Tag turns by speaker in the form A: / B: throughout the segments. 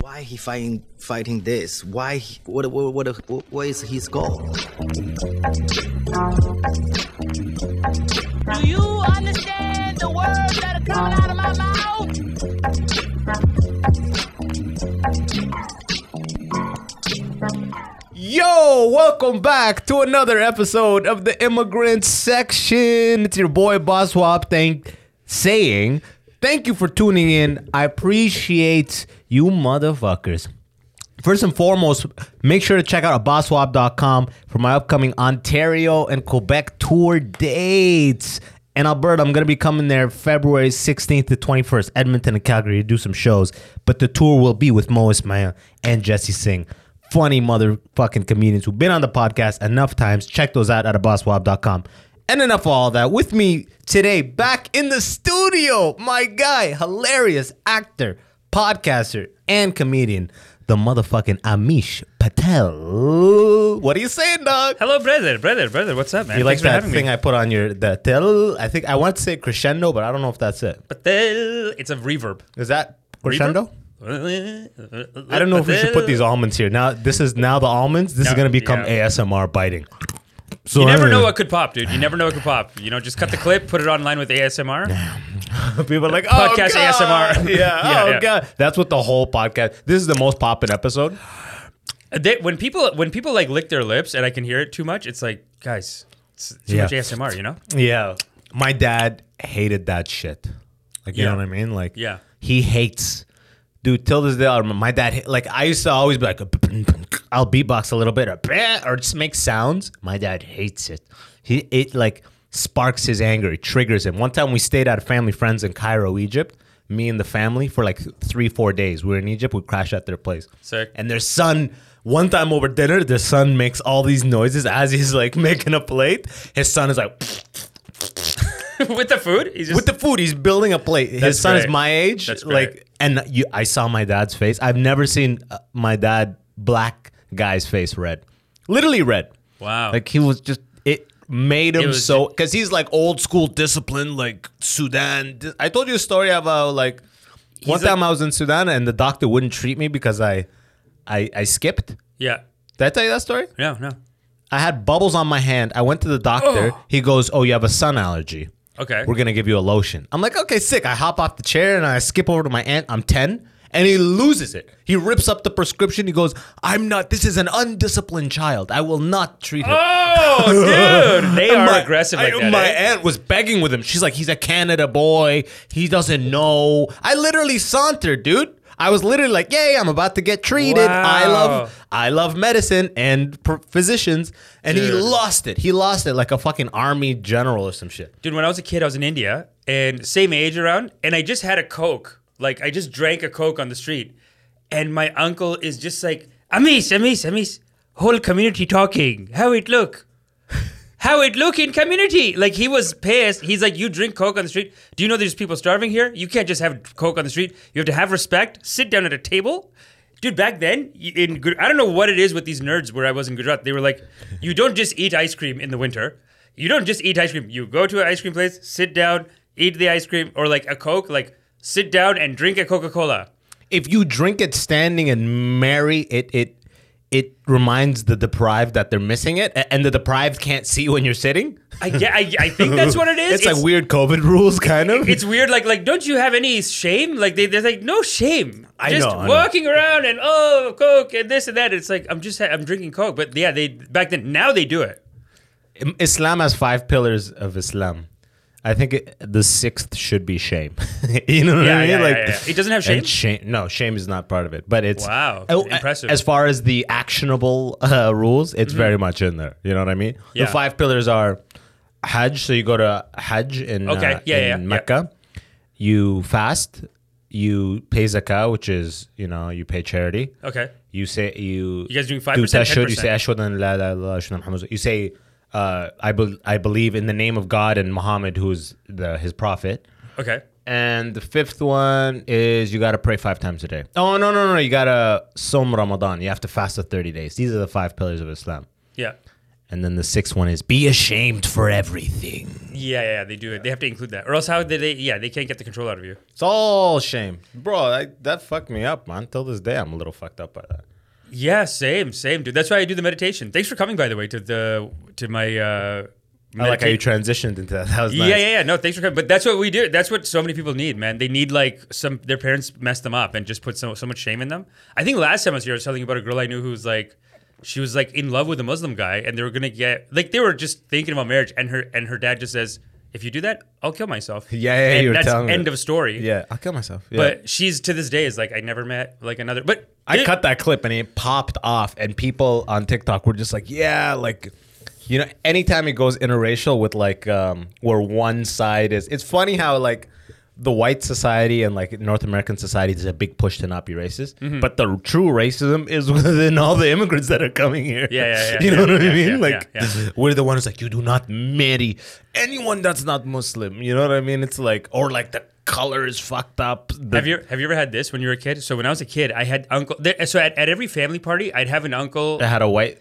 A: why he fighting fighting this? Why he- what what what, what, what is his goal?
B: Do you understand the words that are coming out of my mouth?
C: Yo, welcome back to another episode of the Immigrant Section. It's your boy Boss Wap thank saying thank you for tuning in. I appreciate you motherfuckers. First and foremost, make sure to check out bosswap.com for my upcoming Ontario and Quebec tour dates. And Alberta, I'm going to be coming there February 16th to 21st, Edmonton and Calgary to do some shows. But the tour will be with Mo Ismail and Jesse Singh. Funny motherfucking comedians who've been on the podcast enough times. Check those out at bosswap.com. And enough of all that. With me today, back in the studio, my guy, hilarious actor, podcaster, and comedian, the motherfucking Amish Patel. What are you saying, dog?
D: Hello, brother, brother, brother. What's up, man?
C: You like
D: Thanks for
C: that
D: having
C: thing
D: me.
C: I put on your the tel? I think I want to say crescendo, but I don't know if that's it.
D: Patel. It's a reverb.
C: Is that crescendo?
D: Reverb?
C: I don't know if we should
D: Uh,
C: put these almonds here. Now this is now the almonds. This is
D: No,
C: gonna become
D: yeah.
C: ASMR biting. So
D: You never know
C: anyway,
D: what could pop, dude. You never know what could pop. You know, just cut the clip, put it online with ASMR.
C: people are like oh,
D: Podcast
C: God."
D: ASMR.
C: Yeah,
D: Yeah,
C: oh
D: yeah.
C: god, that's what the whole podcast. This is the most popping episode.
D: They, when people when people like lick their lips and I can hear it too much, it's like, guys, it's too
C: Yeah.
D: much ASMR. You know?
C: Yeah. My dad hated that shit. Like, you
D: Yeah.
C: know what I mean? Like,
D: Yeah.
C: He hates. Dude, till this day, I remember my dad, like, I used to always be like, I'll beatbox a little bit or, "Bah," or just make sounds. My dad hates it. He, it like sparks his anger, it triggers him. One time we stayed at a family friends in Cairo, Egypt, me and the family for like three, four days. We were in Egypt, we crashed at their place.
D: Sick.
C: And their son, one time over dinner, their son makes all these noises as he's like making a plate. His son is like,
D: with the food, he's just
C: with the food. He's building a plate. His
D: That's
C: son is
D: great.
C: my age.
D: That's great.
C: like, and you, I saw my dad's face. I've never seen uh, my dad black guy's face red, literally red.
D: Wow.
C: Like he was just it made him
D: Oh. was
C: so because he's like old school discipline, like Sudan. Di- I told you a story about like one
D: He's a-
C: time I was in Sudan and the doctor wouldn't treat me because I, I, I skipped.
D: yeah.
C: Did I tell you that story?
D: No, no.
C: I had bubbles on my hand. I went to the doctor.
D: Oh.
C: He goes, "Oh, you have a sun allergy."
D: Okay.
C: We're gonna give you a lotion. I'm like, okay, sick. I hop off the chair and I skip over to my aunt. I'm 10. And he loses it. He rips up the prescription. He goes, I'm not, this is an undisciplined child. I will not treat him.
D: oh, dude, they
C: And
D: Ah, are
C: my-
D: aggressive like
C: I-
D: that.
C: My
D: eh?
C: aunt was begging with him. She's like, he's a Canada boy. He doesn't know. I literally sauntered, dude. I was literally like, yay, I'm about to get treated. I
D: Wow.
C: love I love medicine and pr- physicians. And he
D: Dude.
C: lost it. He lost it like a fucking army general or some shit.
D: Dude, when I was a kid, I was in India and same age around, and I just had a Coke. Like, I just drank a Coke on the street. And my uncle is just like, Amis, Amis, Amis, whole community talking. How it look? How it look in community? Like, he was pissed. He's like, You drink Coke on the street. Do you know there's people starving here? You can't just have Coke on the street. You have to have respect, sit down at a table. Dude, back then, y- in Gu- I don't know what it is with these nerds where I was in Gujarat. They were like, You don't just eat ice cream in the winter you don't just eat ice cream. You go to an ice cream place, sit down, eat the ice cream, or like a Coke, like sit down and drink a Coca Cola.
C: if you drink it standing and marry it it it reminds the deprived that they're missing it a- and the deprived can't see you when you're sitting
D: I, ge- I, I think that's what it is.
C: it's, like weird covid rules kind of
D: It's weird, like like don't you have any shame? Like they, they're like no shame.
C: I
D: just
C: know, I know.
D: walking around and oh Coke and this and that. It's like I'm just ha- I'm drinking Coke, but yeah, they back then now they do it.
C: Im- islam has five pillars of islam i think it, the sixth should be shame you know what
D: Yeah,
C: i mean
D: yeah, yeah, yeah. It doesn't have shame?
C: and shame no shame is not part of it but it's
D: Wow,
C: oh, a-
D: impressive. Mm-hmm.
C: as far as the actionable uh, rules it's very much in there you know what i mean
D: Yeah.
C: the five pillars are hajj so you go to hajj in,
D: Okay,
C: uh,
D: yeah, yeah,
C: in
D: yeah.
C: mecca you fast you pay zakah which is you know you pay charity
D: Okay,
C: you say you.
D: You guys doing
C: do
D: 5%,
C: tashahhud, You say
D: 10%?
C: ashhadu an la ilaha illallah, ashhadu anna Muhammadan Rasul- You say uh, I bel I believe in the name of God and Muhammad, who's the his prophet.
D: okay.
C: And the fifth one is you gotta pray five times a day. Oh no no no! You gotta som Ramadan. You have to fast for thirty days. These are the five pillars of Islam.
D: Yeah,
C: And then the sixth one is be ashamed for everything.
D: Yeah, yeah, they do it. They have to include that, or else how did they? Yeah, they can't get the control out of you.
C: It's all shame, bro. I, that fucked me up, man. Till this day, I'm a little fucked up by that.
D: Yeah, same, same, dude. That's why I do the meditation. Thanks for coming, by the way, to the to my. Uh,
C: I like how
D: medita-
C: you transitioned into that. That was nice.
D: Yeah, yeah, yeah. No, thanks for coming. But that's what we do. That's what so many people need, man. They need like some their parents messed them up and just put so so much shame in them. I think last time I was here, I was telling you about a girl I knew who was like, she was like in love with a Muslim guy, and they were gonna get like they were just thinking about marriage, and her and her dad just says, "If you do that, I'll kill myself."
C: Yeah, yeah,
D: and
C: you were
D: that's
C: telling me
D: end
C: that.
D: of story.
C: Yeah, I'll kill myself. Yeah.
D: But she's to this day is like I never met like another. But
C: I
D: it-
C: cut that clip and it popped off, and people on TikTok were just like, "Yeah, like, you know, anytime it goes interracial with like um, where one side is, it's funny how like the white society and like North American society is a big push to not be racist,
D: Mm-hmm.
C: but the true racism is within all the immigrants that are coming here.
D: Yeah, yeah, yeah,
C: you know
D: yeah,
C: what I
D: yeah,
C: mean?
D: yeah,
C: like,
D: yeah, yeah.
C: we're the ones like you do not marry anyone that's not Muslim. You know what I mean? It's like or like the color is fucked up. The,
D: Have you have you ever had this when you were a kid? So when I was a kid, I had uncle. There, so at, at every family party, I'd have an uncle
C: I had a white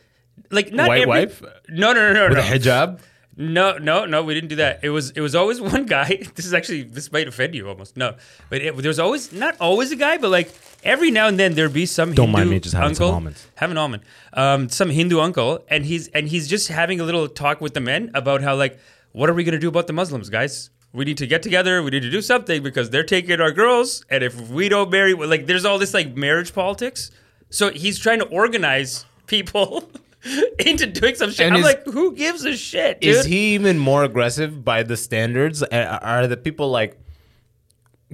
D: like not
C: white
D: every-
C: wife?
D: No, no, no, no,
C: with
D: no.
C: a hijab.
D: No, no, no. We didn't do that. It was it was always one guy. This is actually this might offend you almost. No, but it, there was always not always a guy, but like every now and then there'd be some
C: Don't
D: Hindu
C: mind me just having some
D: uncle,
C: almonds.
D: Have an almond. Um, some Hindu uncle, and he's and he's just having a little talk with the men about how like what are we gonna do about the Muslims, guys? We need to get together. We need to do something because they're taking our girls, and if we don't marry, well, like there's all this like marriage politics. So he's trying to organize people. into doing some shit.
C: And
D: I'm
C: is-
D: like, who gives a shit, dude?
C: Is he even more aggressive by the standards? A- Are the people like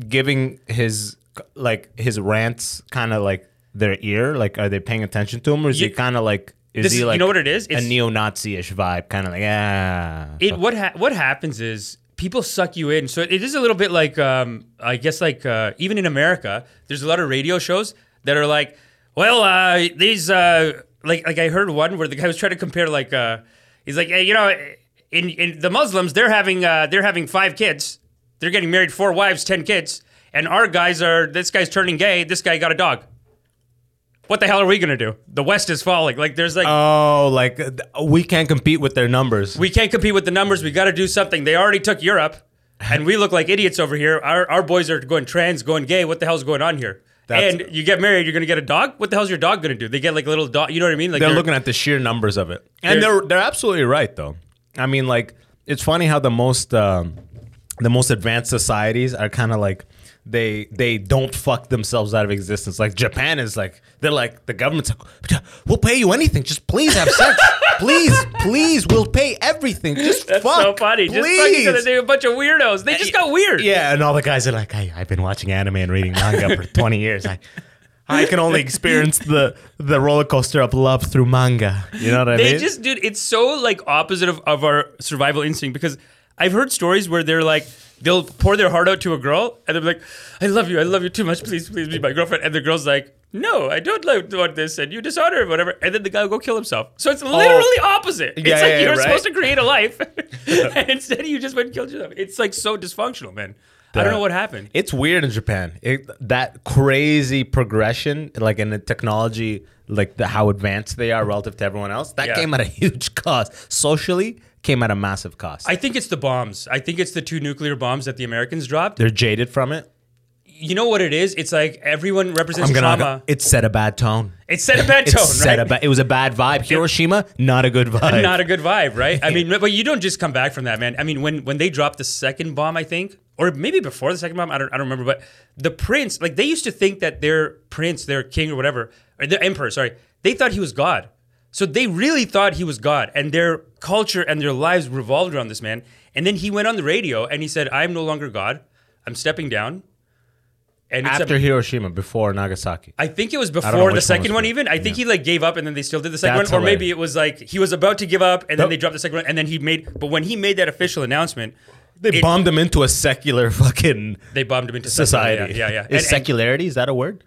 C: giving his like his rants kind of like their ear? Like, are they paying attention to him, or is
D: You-
C: he kind of like is
D: This is-
C: he
D: you
C: like
D: know what it is?
C: a
D: It's-
C: neo-Nazi-ish vibe, kind of like ah.
D: it what ha- what happens is people suck you in. So it is a little bit like um, I guess like uh, even in America, there's a lot of radio shows that are like, well, uh, these uh, like like I heard one where the guy was trying to compare like uh, he's like, hey, you know, in, in the Muslims they're having uh, they're having five kids, they're getting married, four wives, ten kids, and our guys are this guy's turning gay, this guy got a dog. What the hell are we gonna do? The West is falling. Like there's like
C: Oh, like uh, we can't compete with their numbers.
D: we can't compete with the numbers. We got to do something. They already took Europe, and we look like idiots over here. Our, our boys are going trans, going gay. What the hell's going on here?
C: That's-
D: and you get married, you're gonna get a dog. What the hell's your dog gonna do? They get like a little dog. You know what I mean? Like
C: they're looking at the sheer numbers of it, and
D: They're-
C: they're they're absolutely right though. I mean, like it's funny how the most um, the most advanced societies are kind of like they they don't fuck themselves out of existence. Like Japan is like they're like the government's like we'll pay you anything, just please have sex, please, please, we'll pay everything. Just
D: That's
C: fuck,
D: so funny. Just fucking
C: please.
D: gonna do a bunch of weirdos. They just got weird.
C: Yeah, and all the guys are like, hey, I've been watching anime and reading manga for 20 years. I, I can only experience the the roller coaster of love through manga. You know what I
D: They
C: mean?
D: just, dude, it's so like opposite of, of our survival instinct because I've heard stories where they're like, they'll pour their heart out to a girl and they'll be like, I love you. I love you too much. Please, please be my girlfriend. And the girl's like, no, I don't like want this and you dishonor him, whatever. And then the guy will go kill himself. So it's literally opposite. It's
C: Oh. Yeah,
D: like
C: yeah,
D: you're
C: right.
D: supposed to create a life and instead you just went and killed yourself. It's like so dysfunctional, man. I don't know what happened.
C: It's weird in Japan. It, that crazy progression, like in the technology, like the, how advanced they are relative to everyone else, that
D: Yeah.
C: came at a huge cost. Socially, came at a massive cost.
D: I think it's the bombs. I think it's the two nuclear bombs that the Americans dropped.
C: They're jaded from it.
D: You know what it is? It's like everyone represents trauma.
C: It set a bad tone.
D: It set a bad
C: It
D: tone,
C: set
D: right?
C: a bad. It was a bad vibe. Hiroshima, not a good vibe.
D: Not a good vibe, right? I mean, but you don't just come back from that, man. I mean, when when they dropped the second bomb, I think, or maybe before the second bomb, I don't, I don't remember. But the prince, like they used to think that their prince, their king or whatever, or their emperor, sorry, they thought he was God. So they really thought he was God, and their culture and their lives revolved around this man. And then he went on the radio and he said, "I'm no longer God. I'm stepping down." And it's a-
C: after Hiroshima, before Nagasaki.
D: I think it was
C: know which
D: before
C: one
D: the
C: was
D: second one,
C: which.
D: even. I think he like gave up and then they still did the second
C: That's
D: one. Or maybe
C: hilarious.
D: it was like he was about to give up and then
C: Nope.
D: they dropped the second one and then he made but when he made that official announcement,
C: They
D: it-
C: bombed them into a secular fucking
D: they bombed him into
C: society.
D: Yeah, yeah. yeah.
C: Is
D: And- and
C: secularity is that a word?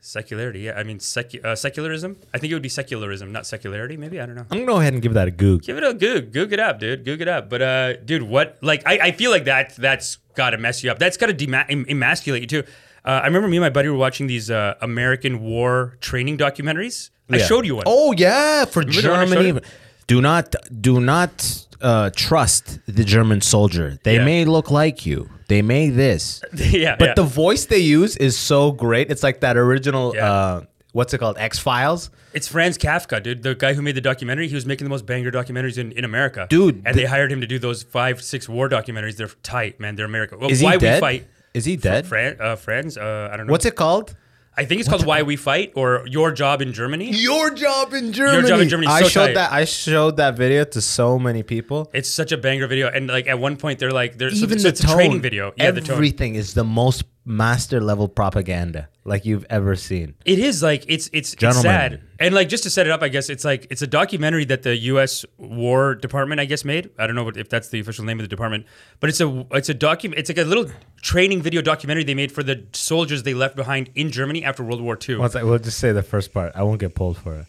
D: secularity, yeah. I mean secu- uh, secularism. I think it would be secularism, not secularity, maybe. I don't know.
C: I'm gonna go ahead and give that a goog.
D: Give it a goog. Goog it up, dude. Goog it up. But uh dude, what like I, I feel like that that's gotta mess you up. That's gotta dema- em- emasculate you too. Uh, I remember me and my buddy were watching these uh, American war training documentaries. I
C: Yeah.
D: showed you one.
C: Oh yeah, for
D: the one I showed
C: Germany.
D: you?
C: Do not do not uh, trust the German soldier. They
D: Yeah.
C: may look like you. They may this.
D: yeah,
C: But
D: yeah.
C: the voice they use is so great. It's like that original
D: Yeah.
C: uh, what's it called? X Files.
D: It's Franz Kafka, dude. The guy who made the documentary, he was making the most banger documentaries in, in America.
C: Dude,
D: And
C: the-
D: they hired him to do those five, six war documentaries. They're tight, man. They're America. Well,
C: Is he
D: why
C: dead?
D: we fight.
C: Is he dead?
D: Fran, uh, Franz, uh, I don't know.
C: What's it called?
D: I think it's called Why We Fight or Your Job in Germany.
C: Your job in Germany.
D: Germany is
C: I
D: so
C: showed
D: tight.
C: that. I showed that video to so many people.
D: It's such a banger video. And like at one point, they're like, they're, so, so it's a training video. Yeah, the tone.
C: everything is the most master level propaganda like you've ever seen.
D: It is like it's it's, it's
C: Gentlemen.
D: sad. And like just to set it up, I guess it's like it's a documentary that the U.S. War Department, I guess, made. I don't know what, if that's the official name of the department, but it's a it's a document. It's like a little training video documentary they made for the soldiers they left behind in Germany after World War II.
C: One sec, we'll just say the first part. I won't get pulled for it.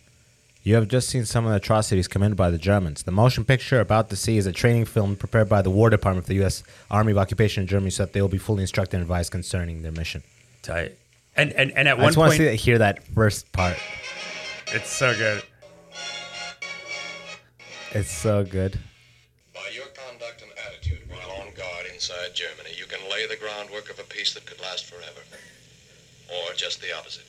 C: You have just seen some of the atrocities committed by the Germans. The motion picture about to see is a training film prepared by the War Department of the U.S. Army of Occupation in Germany so that they will be fully instructed and advised concerning their mission.
D: Tight. And and and at
C: I
D: one
C: just want to
D: point,
C: see that, hear that first part.
D: it's so good.
C: It's so good.
E: By your conduct and attitude while on guard inside Germany, you can lay the groundwork of a peace that could last forever. Or just the opposite.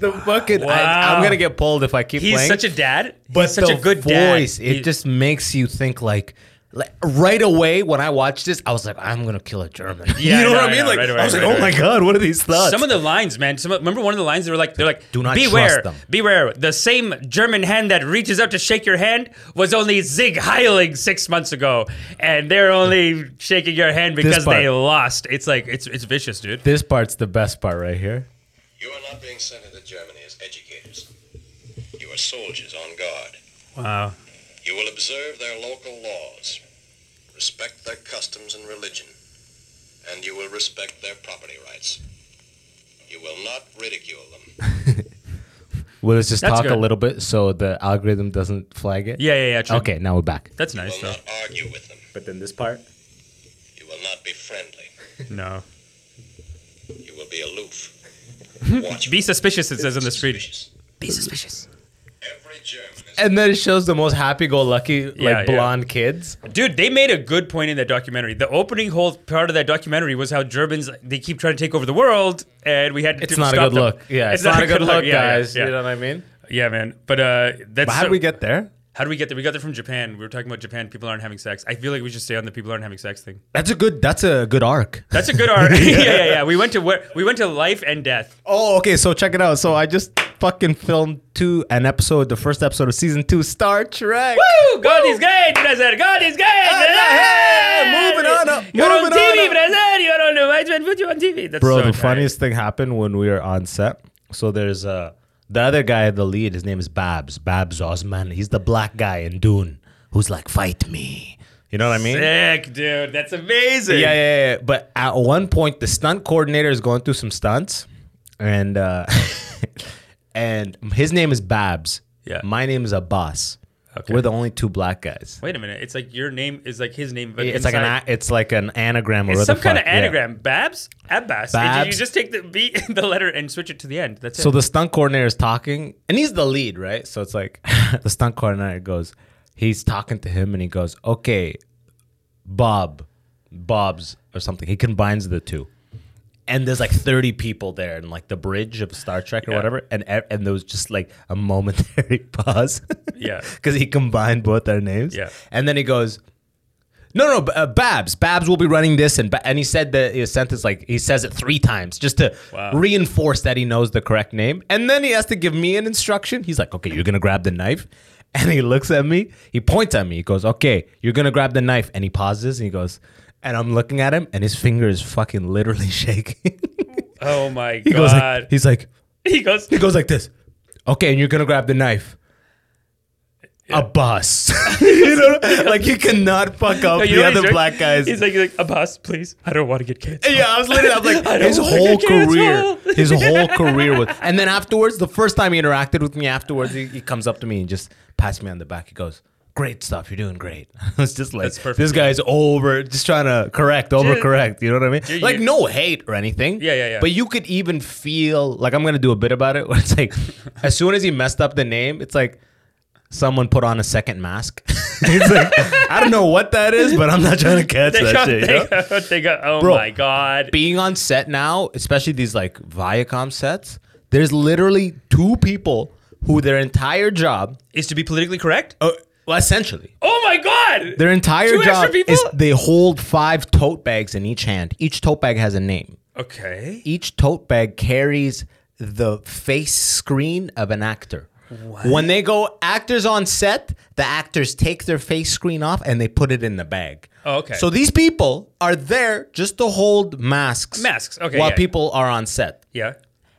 C: The fucking
D: Wow.
C: I, am gonna get pulled if I keep
D: He's
C: playing.
D: such a dad,
C: but
D: He's such
C: the
D: a good
C: voice,
D: dad.
C: it
D: He-
C: just makes you think like, like right away when I watched this, I was like, I'm gonna kill a German.
D: Yeah,
C: you know what
D: I know,
C: I mean?
D: I know,
C: Like
D: right away,
C: I was like,
D: right
C: oh
D: away.
C: my god, what are these thoughts?
D: Some of the lines, man. Some of- remember one of the lines they were like, they're like,
C: Do not
D: beware,
C: trust them."
D: beware. The same German hand that reaches out to shake your hand was only Zig Heiling six months ago, and they're only shaking your hand because they
C: part.
D: lost. It's like it's it's vicious, dude.
C: this part's the best part right here.
E: You are not being sent into Germany as educators. You are soldiers on guard.
D: Wow.
E: You will observe their local laws, respect their customs and religion, and you will respect their property rights. You will not ridicule them.
C: Well, let's just
D: That's
C: talk a
D: good.
C: little bit so the algorithm doesn't flag it.
D: Yeah, yeah, yeah. True.
C: Okay, now we're back.
D: That's
E: You
D: nice
E: will
D: though.
E: not argue with them.
C: But then this part.
E: You will not be friendly.
D: No.
E: You will be aloof. Watchful.
D: Be suspicious. It says on the street.
E: Suspicious.
D: Be suspicious,
E: Every German is
C: And then it shows the most happy-go-lucky, like
D: Yeah, yeah.
C: blonde kids.
D: dude. They made a good point in that documentary. The opening whole part of that documentary was how Germans they keep trying to take over the world, and we had to
C: It's not a
D: stop
C: good
D: them.
C: look. Yeah, it's, not, a good, look,
D: Yeah, yeah,
C: guys.
D: yeah.
C: You know what I mean?
D: Yeah, man. But uh, that's
C: But how
D: so-
C: did we get there?
D: How do we get there? We got there from Japan. We were talking about Japan. People aren't having sex. I feel like we should stay on the people aren't having sex thing.
C: That's a good. That's a good arc.
D: That's a good art. yeah, yeah, yeah. We went to where we went to life and death.
C: Oh, okay. So check it out. So I just fucking filmed two an episode, the first episode of season two, Star Trek.
D: Woo! God is good, Brazil. God is good.
C: Ah, yeah, yeah. Moving on up,
D: You're on
C: moving
D: TV,
C: on up.
D: Brazil. You're on the White Man Put you on TV. That's
C: Bro,
D: so
C: the
D: tight.
C: funniest thing happened when we were on set. So there's uh the other guy, the lead. His name is Babs. Babs Osman. He's the black guy in Dune who's like, fight me. You know what I mean?
D: Sick, dude. That's amazing.
C: Yeah, yeah, yeah. But at one point, the stunt coordinator is going through some stunts, and uh, and his name is Babs.
D: Yeah.
C: My name is Abbas.
D: Okay.
C: We're the only two black guys.
D: Wait a minute. It's like your name is like his name, but
C: It's like an
D: inside-
C: a- it's like an anagram or
D: It's
C: what
D: some
C: the
D: kind of
C: fuck, yeah.
D: anagram. Babs, Abbas.
C: Babs.
D: You just take the B, the letter, and switch it to the end. That's it.
C: So the stunt coordinator is talking, and he's the lead, right? So it's like the stunt coordinator goes, he's talking to him, and he goes, "Okay, Bob, Bob's or something." He combines the two, and there's like 30 people there, and like the bridge of Star Trek or
D: Yeah.
C: whatever, and e- and there was just like a momentary pause,
D: Yeah.
C: because he combined both their names,
D: Yeah.
C: and then he goes. No, no, B- uh, Babs. Babs will be running this, and ba- and he said the his sentence like he says it three times just to
D: Wow.
C: reinforce that he knows the correct name. And then he has to give me an instruction. He's like, "Okay, you're gonna grab the knife," and he looks at me. He points at me. He goes, "Okay, you're gonna grab the knife," and he pauses and he goes, and I'm looking at him, and his finger is fucking literally shaking.
D: oh my
C: he goes,
D: god.
C: like, he's like,
D: he goes.
C: he goes like this. Okay, and you're gonna grab the knife. A bus, you know, like you cannot fuck up
D: No, you
C: the
D: know what he's
C: other
D: doing?
C: black guys.
D: He's like, he's like, Abbas, please. I don't want to get kids.
C: Yeah, I was literally, I'm
D: I
C: like,
D: don't
C: his
D: wanna
C: whole
D: get canceled.
C: career, his whole career was. And then afterwards, the first time he interacted with me afterwards, he, he comes up to me and just pats me on the back. He goes, "Great stuff, you're doing great." I was just like,
D: That's perfect.
C: this guy's over, just trying to correct, overcorrect. You know what I mean?
D: Dude,
C: like
D: you-
C: no hate or anything.
D: Yeah, yeah, yeah.
C: But you could even feel like I'm gonna do a bit about it. Where it's like, as soon as he messed up the name, it's like. someone put on a second mask. It's like, I don't know what that is, but I'm not trying to catch
D: They
C: that
D: got,
C: shit.
D: they
C: yo.
D: got- they got- oh
C: Bro.
D: my god.
C: Being on set now, especially these like Viacom sets, there's literally two people who their entire job,
D: Is to be politically correct?
C: uh, well, essentially,
D: Oh my god.
C: their entire
D: Oh. Two extra
C: job
D: people?
C: is they hold five tote bags in each hand. Each tote bag has a name.
D: okay.
C: each tote bag carries the face screen of an actor. When they go actors on set, the actors take their face screen off and they put it in the bag.
D: Oh, okay.
C: So these people are there just to hold masks.
D: Masks, okay,
C: While
D: yeah.
C: people are on set.
D: Yeah.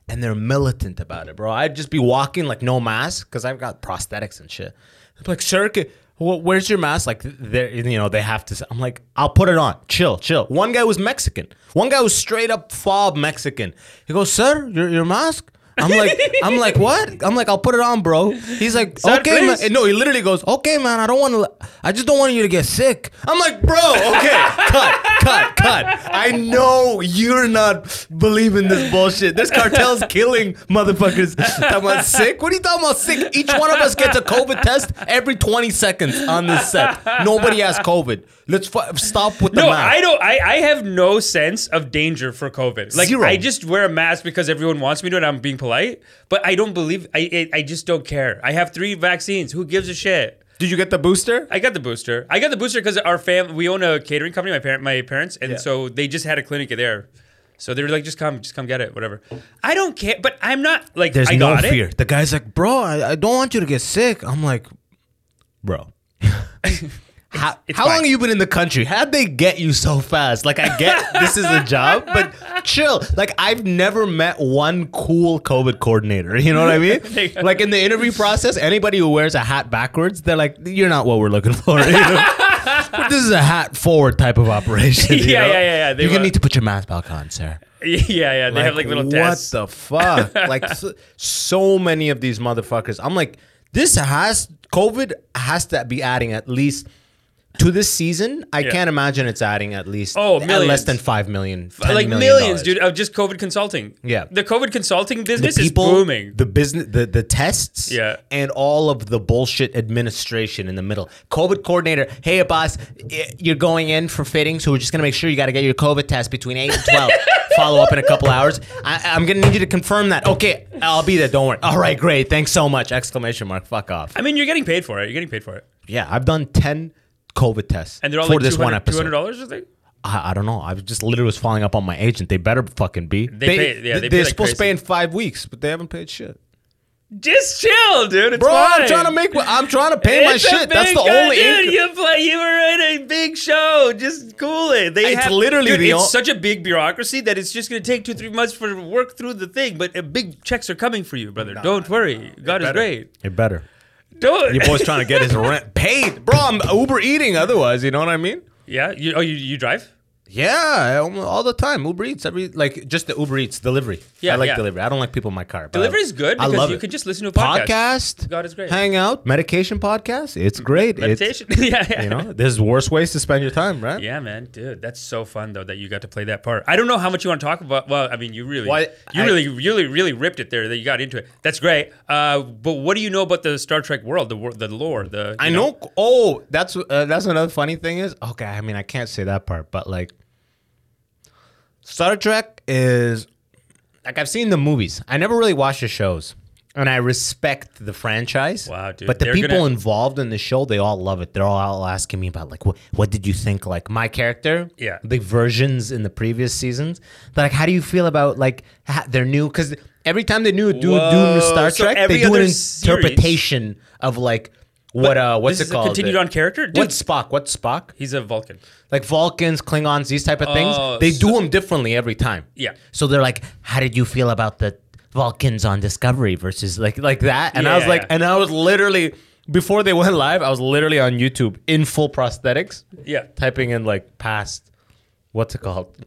C: And they're militant about it, bro. I'd just be walking like no mask because I've got prosthetics and shit. I'd be like, sir, c- wh- where's your mask? Like, they're, you know, they have to. s- I'm like, I'll put it on. Chill, chill. One guy was Mexican. One guy was straight up fob Mexican. He goes, sir, your, your mask? I'm like, I'm like, what? I'm like, I'll put it on, bro. He's like,
D: Sir,
C: okay, man.
D: please.
C: And No, he literally goes, okay, man. I don't want to. I just don't want you to get sick. I'm like, bro, okay, cut, cut, cut. I know you're not believing this bullshit. This cartel's killing motherfuckers. Talking about sick? What are you talking about sick? Each one of us gets a COVID test every 20 seconds on this set. Nobody has COVID. Let's fu- stop with the
D: No,
C: mask.
D: I don't. I, I have no sense of danger for COVID. Like
C: Zero.
D: I just wear a mask because everyone wants me to, and I'm being polite. But I don't believe. I I, I just don't care. I have three vaccines. Who gives a shit?
C: Did you get the booster?
D: I got the booster. I got the booster because our fam. We own a catering company. My parent, my parents, and so they just had a clinic there. So they were like, just come, just come get it, whatever. I don't care, but I'm not like
C: There's
D: I
C: no
D: got it.
C: fear. The guy's like, bro, I, I don't want you to get sick. I'm like, bro. How,
D: it's
C: how
D: fine.
C: long have you been in the country? How'd they get you so fast? Like, I get this is a job, but chill. Like, I've never met one cool COVID coordinator. You know what I mean? like, in the interview process, anybody who wears a hat backwards, they're like, you're not what we're looking for. you know? But this is a hat forward type of operation. you
D: Yeah,
C: know?
D: yeah, yeah, yeah, they
C: You're going
D: were-
C: to need to put your mask back on, sir.
D: Yeah, yeah. They have like little
C: what
D: tests.
C: the fuck? like so, so many of these motherfuckers. I'm like, this has COVID has to be adding at least to this season. I
D: Yeah.
C: can't imagine it's adding at least
D: Oh,
C: at less
D: millions.
C: than five million, $10
D: like
C: million
D: millions,
C: dollars.
D: dude, of just COVID consulting.
C: Yeah.
D: the COVID consulting business
C: people,
D: is booming.
C: The business, the, the tests,
D: Yeah.
C: and all of the bullshit administration in the middle. COVID coordinator, hey boss, i- you're going in for fitting, so we're just gonna make sure you got to get your COVID test between eight and twelve. Follow up in a couple hours. I, I'm gonna need you to confirm that. Okay, I'll be there. Don't worry. All right, great. Thanks so much! Exclamation mark. Fuck off.
D: I mean, you're getting paid for it. You're getting paid for it,
C: Yeah, I've done ten COVID tests
D: and they're all
C: for
D: like
C: this one
D: 200
C: episode.
D: dollars or something.
C: I, I don't know. I was just literally was following up on my agent. They better fucking be. They,
D: pay- yeah, they
C: are
D: pay like
C: supposed to pay
D: crazy.
C: in five weeks, but they haven't paid shit.
D: Just chill, dude. It's
C: Bro,
D: fine.
C: I'm trying to make. I'm trying to pay my
D: It's a
C: shit. That's
D: big-
C: the only.
D: Dude,
C: income.
D: you play. You were in a big show. Just cool it. They
C: It's
D: have,
C: literally
D: dude,
C: the
D: It's
C: o-
D: such a big bureaucracy that it's just going to take two, three months for work through the thing. But uh, big checks are coming for you, brother. Don't worry. God is great.
C: It better.
D: Don't.
C: Your boy's trying to get his rent paid, bro. I'm Uber eating. Otherwise, you know what I mean?
D: yeah. You, oh, you, you drive?
C: Yeah, I almo- all the time. Uber Eats every like just the Uber Eats delivery.
D: Yeah,
C: I like
D: yeah.
C: delivery. I don't like people in my car. but
D: Delivery
C: I-
D: is good
C: I
D: because
C: love
D: you
C: it.
D: can just listen to a podcast.
C: podcast.
D: God is great.
C: Hang out, medication podcast. It's great. It's-
D: Meditation. yeah, yeah.
C: you know, there's worse ways to spend your time, right?
D: Yeah, man, dude, that's so fun though that you got to play that part. I don't know how much you want to talk about. Well, I mean, you really,
C: Why-
D: you
C: I-
D: really, really, really ripped it there. That you got into it. That's great. Uh, but what do you know about the Star Trek world, the wor- the lore, the? you
C: I know. Oh, that's uh, that's another funny thing is okay. I mean, I can't say that part, but like, Star Trek is like I've seen the movies. I never really watched the shows, and I respect the franchise.
D: Wow, dude.
C: But the
D: They're
C: people
D: gonna-
C: involved in the show, they all love it. They're all asking me about like, what what did you think? Like my character,
D: Yeah.
C: the versions in the previous seasons. They're like, how do you feel about like ha- their new? Because every time they new do do
D: Whoa.
C: new Star
D: So
C: Trek,
D: every
C: they do an
D: other series-
C: interpretation version of like what uh what's
D: this
C: it
D: is a
C: called?
D: continued
C: The-
D: on character? Dude.
C: What's Spock? What's Spock?
D: He's a Vulcan.
C: Like Vulcans, Klingons, these type of things.
D: Oh,
C: they do them differently every time.
D: Yeah.
C: So they're like, how did you feel about the Vulcans on Discovery versus like like that? And I
D: Yeah,
C: was like,
D: yeah.
C: and I was literally before they went live, I was literally on YouTube in full prosthetics,
D: Yeah.
C: typing in like past what's it called?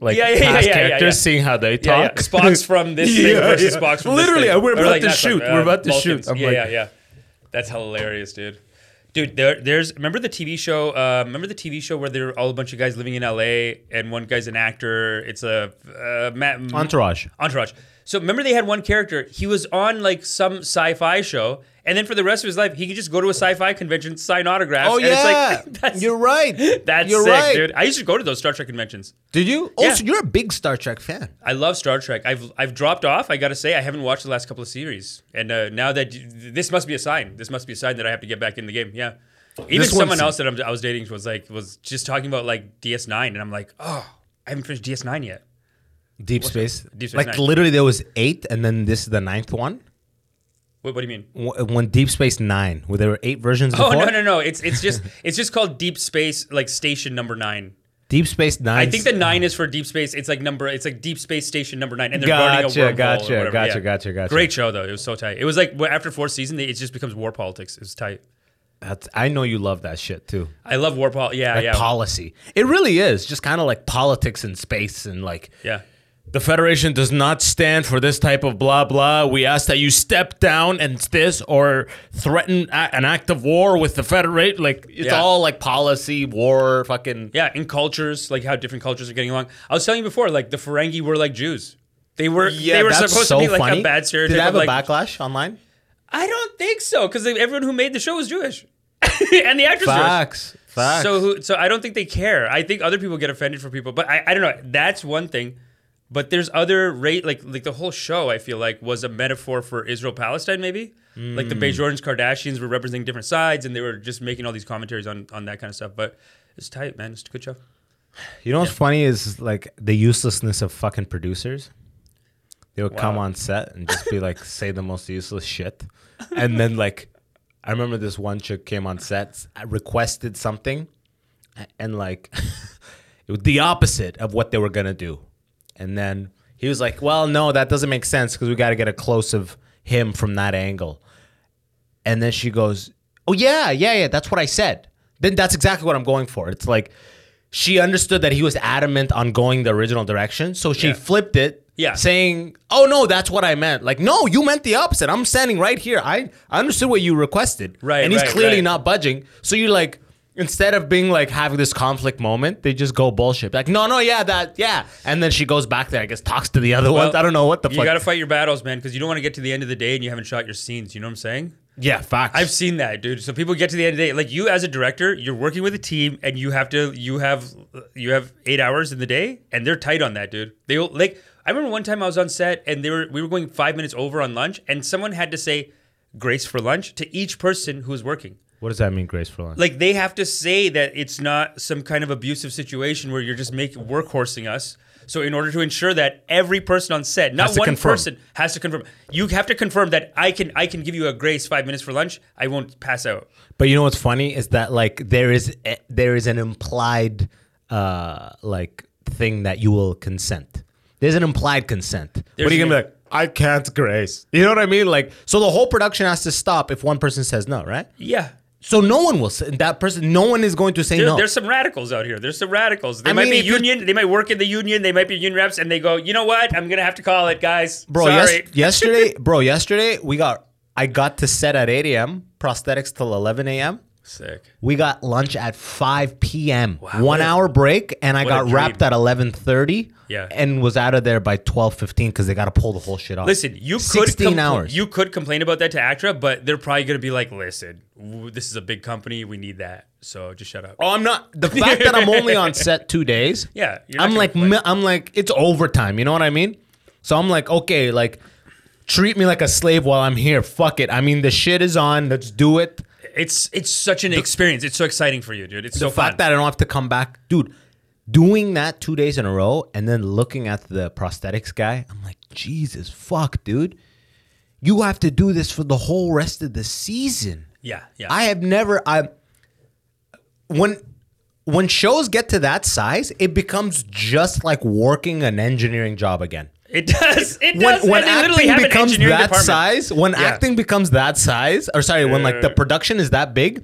C: Like
D: Yeah, yeah, yeah,
C: past
D: yeah, yeah,
C: characters,
D: yeah.
C: seeing how they
D: Yeah, yeah.
C: talk.
D: Spock's from this thing
C: Yeah,
D: versus
C: yeah.
D: Spock's from
C: Literally,
D: this thing.
C: we're
D: Or
C: about to
D: not Spock,
C: shoot. We're about to
D: Vulcans.
C: shoot. I'm
D: yeah,
C: like-
D: yeah, yeah. That's hilarious, dude. Dude, there, there's remember the TV show. Uh, remember the TV show where there are all a bunch of guys living in LA, and one guy's an actor. It's a uh, Matt,
C: Entourage.
D: Entourage. So remember, they had one character. He was on like some sci-fi show, and then for the rest of his life, he could just go to a sci-fi convention, sign autographs.
C: Oh
D: and
C: yeah,
D: it's like, that's,
C: you're right.
D: That's
C: you're
D: sick,
C: right.
D: dude. I used to go to those Star Trek conventions.
C: Did you? Oh,
D: Yeah.
C: so you're a big Star Trek fan.
D: I love Star Trek. I've I've dropped off. I gotta say, I haven't watched the last couple of series, and uh, now that this must be a sign. This must be a sign that I have to get back in the game. Yeah. Even
C: This one's-
D: someone else that I'm, I was dating was like was just talking about like DS9, and I'm like, oh, I haven't finished DS9 yet.
C: Deep Space.
D: Deep Space
C: like
D: Nine.
C: literally, there was eight, and then this is the ninth one.
D: What, what do you mean?
C: Wh- When Deep Space Nine, where there were eight versions.
D: Oh
C: before.
D: no no no! It's it's just it's just called Deep Space like Station Number Nine.
C: Deep Space Nine.
D: I think the nine
C: uh,
D: is for Deep Space. It's like number. It's like Deep Space Station Number Nine, and they're
C: Gotcha,
D: burning a wormhole.
C: gotcha,
D: or whatever.
C: gotcha,
D: yeah.
C: gotcha, gotcha.
D: Great show though. It was so tight. It was like well, after fourth season, they- it just becomes war politics. It's tight.
C: That's, I know you love that shit too.
D: I love war pol. Yeah,
C: Like
D: Oh, yeah,
C: policy. It really is just kind of like politics in space and like
D: yeah.
C: the Federation does not stand for this type of blah blah. We ask that you step down and this or threaten a- an act of war with the Federation. Like it's
D: Yeah.
C: all like policy, war, fucking.
D: Yeah, in cultures, like how different cultures are getting along. I was telling you before, like the Ferengi were like Jews. They were they were supposed to be like a bad stereotype.
C: Did I have
D: of, like,
C: a backlash online?
D: I don't think so, because everyone who made the show was Jewish, and the actors.
C: Facts. Facts.
D: So who, so I don't think they care. I think other people get offended for people, but I, I don't know. That's one thing. But there's other rate like like the whole show I feel like was a metaphor for Israel Palestine maybe. Like
C: Hmm.
D: the Bajorans Kardashians were representing different sides and they were just making all these commentaries on on that kind of stuff. But it's tight, man. It's a good show.
C: You know what's funny is like the uselessness of fucking producers. They would come
D: Wow.
C: on set and just be like, say the most useless shit, and then like, I remember this one chick came on set, s- requested something, and like, it was the opposite of what they were gonna do, and then he was like, "Well, no, that doesn't make sense because we got to get a close of him from that angle," and then she goes, "Oh yeah, yeah, yeah, that's what I said." Then that's exactly what I'm going for. It's like she understood that he was adamant on going the original direction, so she
D: Yeah.
C: flipped it,
D: Yeah.
C: saying, "Oh no, that's what I meant." Like, "No, you meant the opposite. I'm standing right here. I I understood what you requested."
D: Right,
C: And he's
D: right,
C: clearly
D: right.
C: not budging. So you're like Instead of being like having this conflict moment, they just go bullshit. Like, no, no, yeah, that, yeah. And then she goes back there, I guess, talks to the other ones. I don't know what the
D: you
C: fuck.
D: gotta fight your battles, man, because you don't want to get to the end of the day and you haven't shot your scenes. You know what I'm saying?
C: yeah, facts.
D: I've seen that, dude. So people get to the end of the day, like you as a director, you're working with a team, and you have to, you have, you have eight hours in the day, and they're tight on that, dude. They will like, I remember one time I was on set, and they were, we were going five minutes over on lunch, and someone had to say, "Grace for lunch" to each person who was working.
C: what does that mean, graceful? Like,
D: Like they have to say that it's not some kind of abusive situation where you're just making workhorsing us. So in order to ensure that every person on set, not
C: Has to
D: one
C: confirm.
D: person, has to confirm. You have to confirm that I can I can give you a grace five minutes for lunch. I won't pass out.
C: but you know what's funny is that like there is a, there is an implied uh like thing that you will consent. There's an implied consent.
D: There's
C: what are you
D: an-
C: gonna be like? I can't grace. You know what I mean? Like, so the whole production has to stop if one person says no, right?
D: Yeah.
C: So no one will say that person. No one is going to say
D: There-
C: no.
D: There's some radicals out here. There's some radicals. They
C: I
D: might
C: mean, if
D: be
C: you're-
D: union. They might work in the union. They might be union reps, and they go, you know what? I'm gonna have to call it, guys.
C: bro. yes-
D: Sorry.
C: yesterday, bro. Yesterday we got. I got to set at 8 a.m. Prosthetics till 11 a.m.
D: Sick.
C: We got lunch at 5 p.m.
D: Wow.
C: One hour break, and I
D: What a
C: got
D: dream.
C: wrapped at 11:30.
D: Yeah.
C: and was out of there by 12:15 because they got to pull the whole shit off.
D: Listen, you could
C: 16
D: compl-
C: hours.
D: You could complain about that to ACTRA, but they're probably gonna be like, listen, w- this is a big company. We need that. So just shut up.
C: oh, I'm not. The fact that I'm only on set two days.
D: Yeah, you're not
C: I'm
D: gonna
C: like
D: complain.
C: mi- I'm like it's overtime. You know what I mean? So I'm like, okay, like treat me like a slave while I'm here. Fuck it. I mean, the shit is on. Let's do it.
D: It's it's such an experience. It's so exciting for you, dude. It's so
C: the fact
D: fun.
C: that I don't have to come back, dude. Doing that two days in a row and then looking at the prosthetics guy, I'm like, Jesus fuck, dude. You have to do this for the whole rest of the season.
D: yeah, yeah.
C: I have never I when when shows get to that size, it becomes just like working an engineering job again.
D: it does. It
C: When,
D: does.
C: when
D: and they
C: acting
D: literally have an
C: becomes
D: engineering
C: that
D: department.
C: size, when
D: Yeah.
C: acting becomes that size, or sorry, when like the production is that big,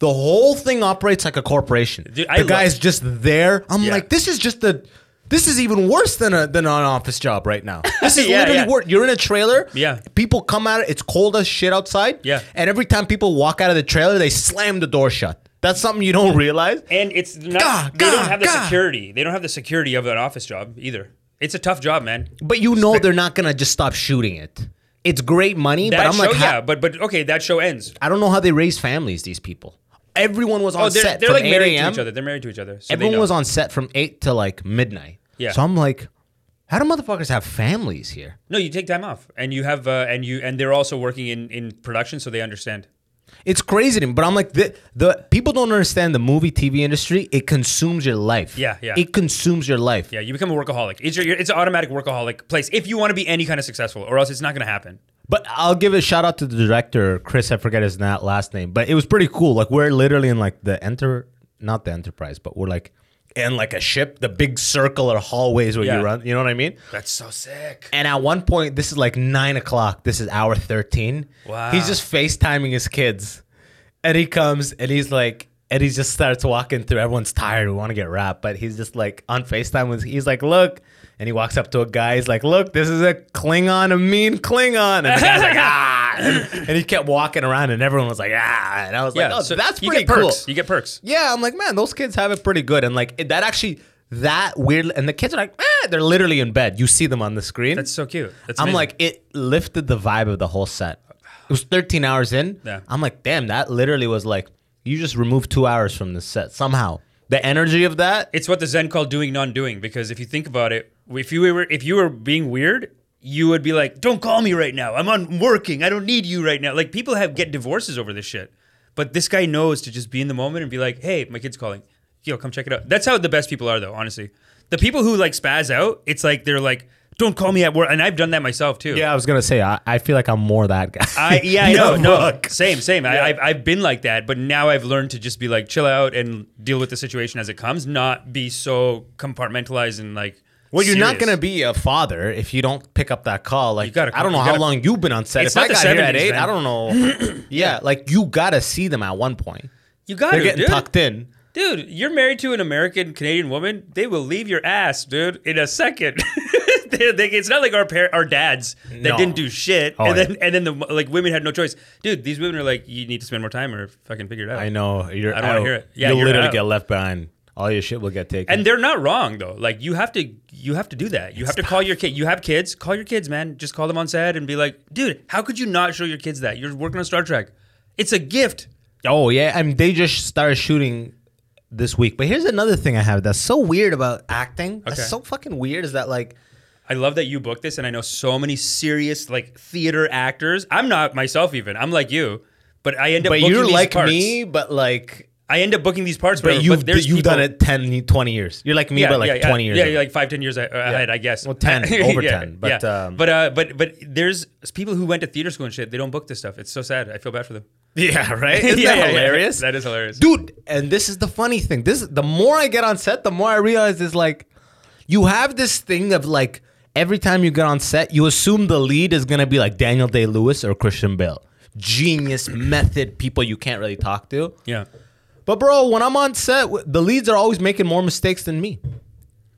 C: the whole thing operates like a corporation.
D: Dude, I
C: the
D: love-
C: guy's just there. I'm
D: Yeah.
C: like, this is just the. This is even worse than a than an office job right now. This is
D: Yeah,
C: literally
D: yeah.
C: worse. You're in a trailer.
D: Yeah.
C: People come out. It's cold as shit outside.
D: Yeah.
C: And every time people walk out of the trailer, they slam the door shut. That's something you don't realize.
D: And it's not.
C: Gah,
D: they
C: gah,
D: don't have the
C: gah.
D: security. They don't have the security of an office job either. It's a tough job, man.
C: But you know they're not gonna just stop shooting it. It's great money,
D: That
C: but I'm
D: show,
C: like, how-
D: yeah, but but okay, that show ends.
C: I don't know how they raise families. These people. Everyone was on
D: Oh, they're,
C: set
D: they're
C: from
D: like
C: 8
D: married to
C: a.m.
D: each other. They're married to each other. So
C: Everyone was
D: on.
C: on set from eight to like midnight.
D: Yeah.
C: So I'm like, how do motherfuckers have families here?
D: No, you take time off, and you have, uh, and you, and they're also working in in production, so they understand.
C: It's crazy to me, but I'm like the the people don't understand the movie TV industry. It consumes your life.
D: Yeah, yeah.
C: It consumes your life.
D: Yeah, you become a workaholic. It's your, your it's an automatic workaholic place if you want to be any kind of successful, or else it's not going to happen.
C: But I'll give a shout out to the director, Chris. I forget his na- last name, but it was pretty cool. Like we're literally in like the enter, not the Enterprise, but we're like in like a ship, the big circular hallways where
D: Yeah.
C: you run. You know what I mean?
D: That's so sick.
C: And at one point, this is like nine o'clock. This is hour thirteen.
D: Wow.
C: He's just FaceTiming his kids, and he comes and he's like, and he just starts walking through. Everyone's tired. We want to get wrapped, but he's just like on FaceTime with. He's like, look, and he walks up to a guy. He's like, look, this is a Klingon, a mean Klingon, and the guy's like, ah, and, and he kept walking around, and everyone was like, ah, and I was
D: Yeah,
C: like, oh,
D: so
C: that's
D: you
C: pretty
D: get perks.
C: cool.
D: You get perks.
C: Yeah, I'm like, man, those kids have it pretty good, and like it- that actually, that weird, and the kids are like, ah, they're literally in bed. You see them on the screen.
D: That's so cute. That's
C: I'm
D: amazing.
C: like, it lifted the vibe of the whole set. It was 13 hours in.
D: Yeah.
C: I'm like, damn, that literally was like, you just removed two hours from the set somehow. The energy of that.
D: it's what the Zen call doing non-doing because if you think about it, if you were if you were being weird, you would be like, "Don't call me right now. I'm on working. I don't need you right now." Like people have get divorces over this shit. But this guy knows to just be in the moment and be like, "Hey, my kid's calling. Yo, come check it out." That's how the best people are though, honestly. The people who like spaz out, it's like they're like, "Don't call me at work." And I've done that myself too.
C: Yeah, I was gonna say, I, I feel like I'm more that guy.
D: I yeah, I know.
C: No,
D: No,
C: fuck.
D: same, same. I, I've I've been like that, but now I've learned to just be like chill out and deal with the situation as it comes, not be so compartmentalized and like.
C: Well, you're not
D: serious.
C: gonna be a father if you don't pick up that call. Like,
D: gotta
C: I don't
D: call-
C: know
D: you
C: how
D: gotta-
C: long you've been on set.
D: It's
C: if
D: not
C: I
D: the
C: got here at
D: 70s,
C: eight,
D: man.
C: I don't know. yeah, like you gotta see them at one point.
D: You got
C: They're
D: to
C: getting
D: dude.
C: tucked in.
D: Dude, you're married to an American Canadian woman. They will leave your ass, dude, in a second. They- they- it's not like our par- our dads that
C: No.
D: didn't do shit,
C: Oh,
D: and
C: yeah.
D: then and then the like women had no choice. Dude, these women are like, you need to spend more time or fucking figure it out.
C: I know. You're
D: I don't wanna
C: out.
D: hear it. Yeah,
C: you'll
D: you're
C: literally
D: out.
C: get left behind. All your shit will get taken.
D: And they're not wrong though. Like you have to you have to do that. You have to call your kid. You have kids, call your kids, man. Just call them on set and be like, "Dude, how could you not show your kids that? You're working on Star Trek. It's a gift."
C: Oh yeah, I mean they just started shooting this week. But here's another thing I have that's so weird about acting.
D: Okay.
C: That's so fucking weird. Is that like
D: I love that you booked this and I know so many serious like theater actors. I'm not myself even. I'm like you, but I end up
C: but
D: booking
C: you're
D: these
C: like
D: parts.
C: me, but like
D: I end up booking these parts,
C: but
D: whatever,
C: you've
D: there's
C: you've
D: people-
C: done it 10 20 years. You're like me but like 20 years.
D: Yeah,
C: ago.
D: like five, ten years a- uh, ahead, I guess.
C: Well, 10, over 10, but,
D: yeah.
C: um,
D: but uh, but but there's people who went to theater school and shit. They don't book this stuff. It's so sad. I feel bad for them.
C: yeah, right? Isn't
D: Yeah,
C: that
D: yeah, yeah.
C: hilarious?
D: That is hilarious.
C: Dude, and this is the funny thing. This the more I get on set, the more I realize is like you have this thing of like every time you get on set, you assume the lead is gonna be like Daniel Day Lewis or Christian Bale. Genius method people you can't really talk to.
D: Yeah.
C: But bro, when I'm on set, w- the leads are always making more mistakes than me.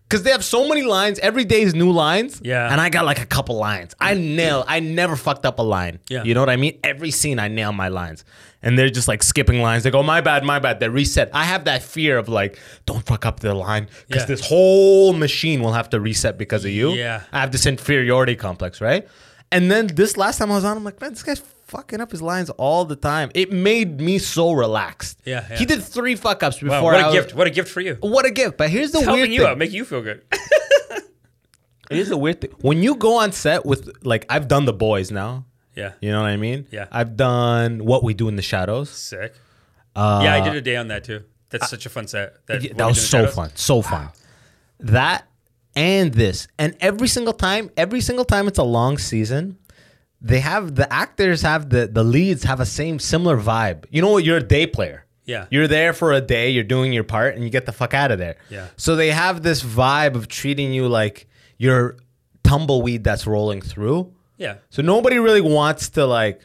C: Cause they have so many lines. Every day is new lines.
D: Yeah.
C: And I got like a couple lines. I nail. I never fucked up a line.
D: Yeah.
C: You know what I mean? Every scene, I nail my lines. And they're just like skipping lines. They go, my bad, my bad. They reset. I have that fear of like, don't fuck up the line, cause
D: Yeah.
C: this whole machine will have to reset because of you.
D: Yeah.
C: I have this inferiority complex, right? And then this last time I was on, I'm like, man, this guy's fucking up his lines all the time. It made me so relaxed.
D: Yeah, yeah.
C: He did three fuck ups
D: Wow,
C: before.
D: what
C: I
D: a
C: was-
D: gift. What a gift for you.
C: What a gift! But here's the
D: Helping
C: weird
D: you
C: thing.
D: out, make you feel good.
C: Here's the weird thing. When you go on set with like, I've done the boys now.
D: yeah.
C: You know what I mean?
D: Yeah.
C: I've done what we do in the shadows.
D: Sick. yeah, I did a day on that too. That's such a fun set. That,
C: Uh, Yeah,
D: what we
C: that
D: do
C: was
D: in
C: so
D: Shadows.
C: fun. So fun. That and this. And every single time, every single time it's a long season, they have the actors have the the leads have a same similar vibe. You know what? You're a day player.
D: Yeah.
C: You're there for a day, you're doing your part, and you get the fuck out of there.
D: Yeah.
C: So they have this vibe of treating you like you're tumbleweed that's rolling through.
D: Yeah.
C: So nobody really wants to like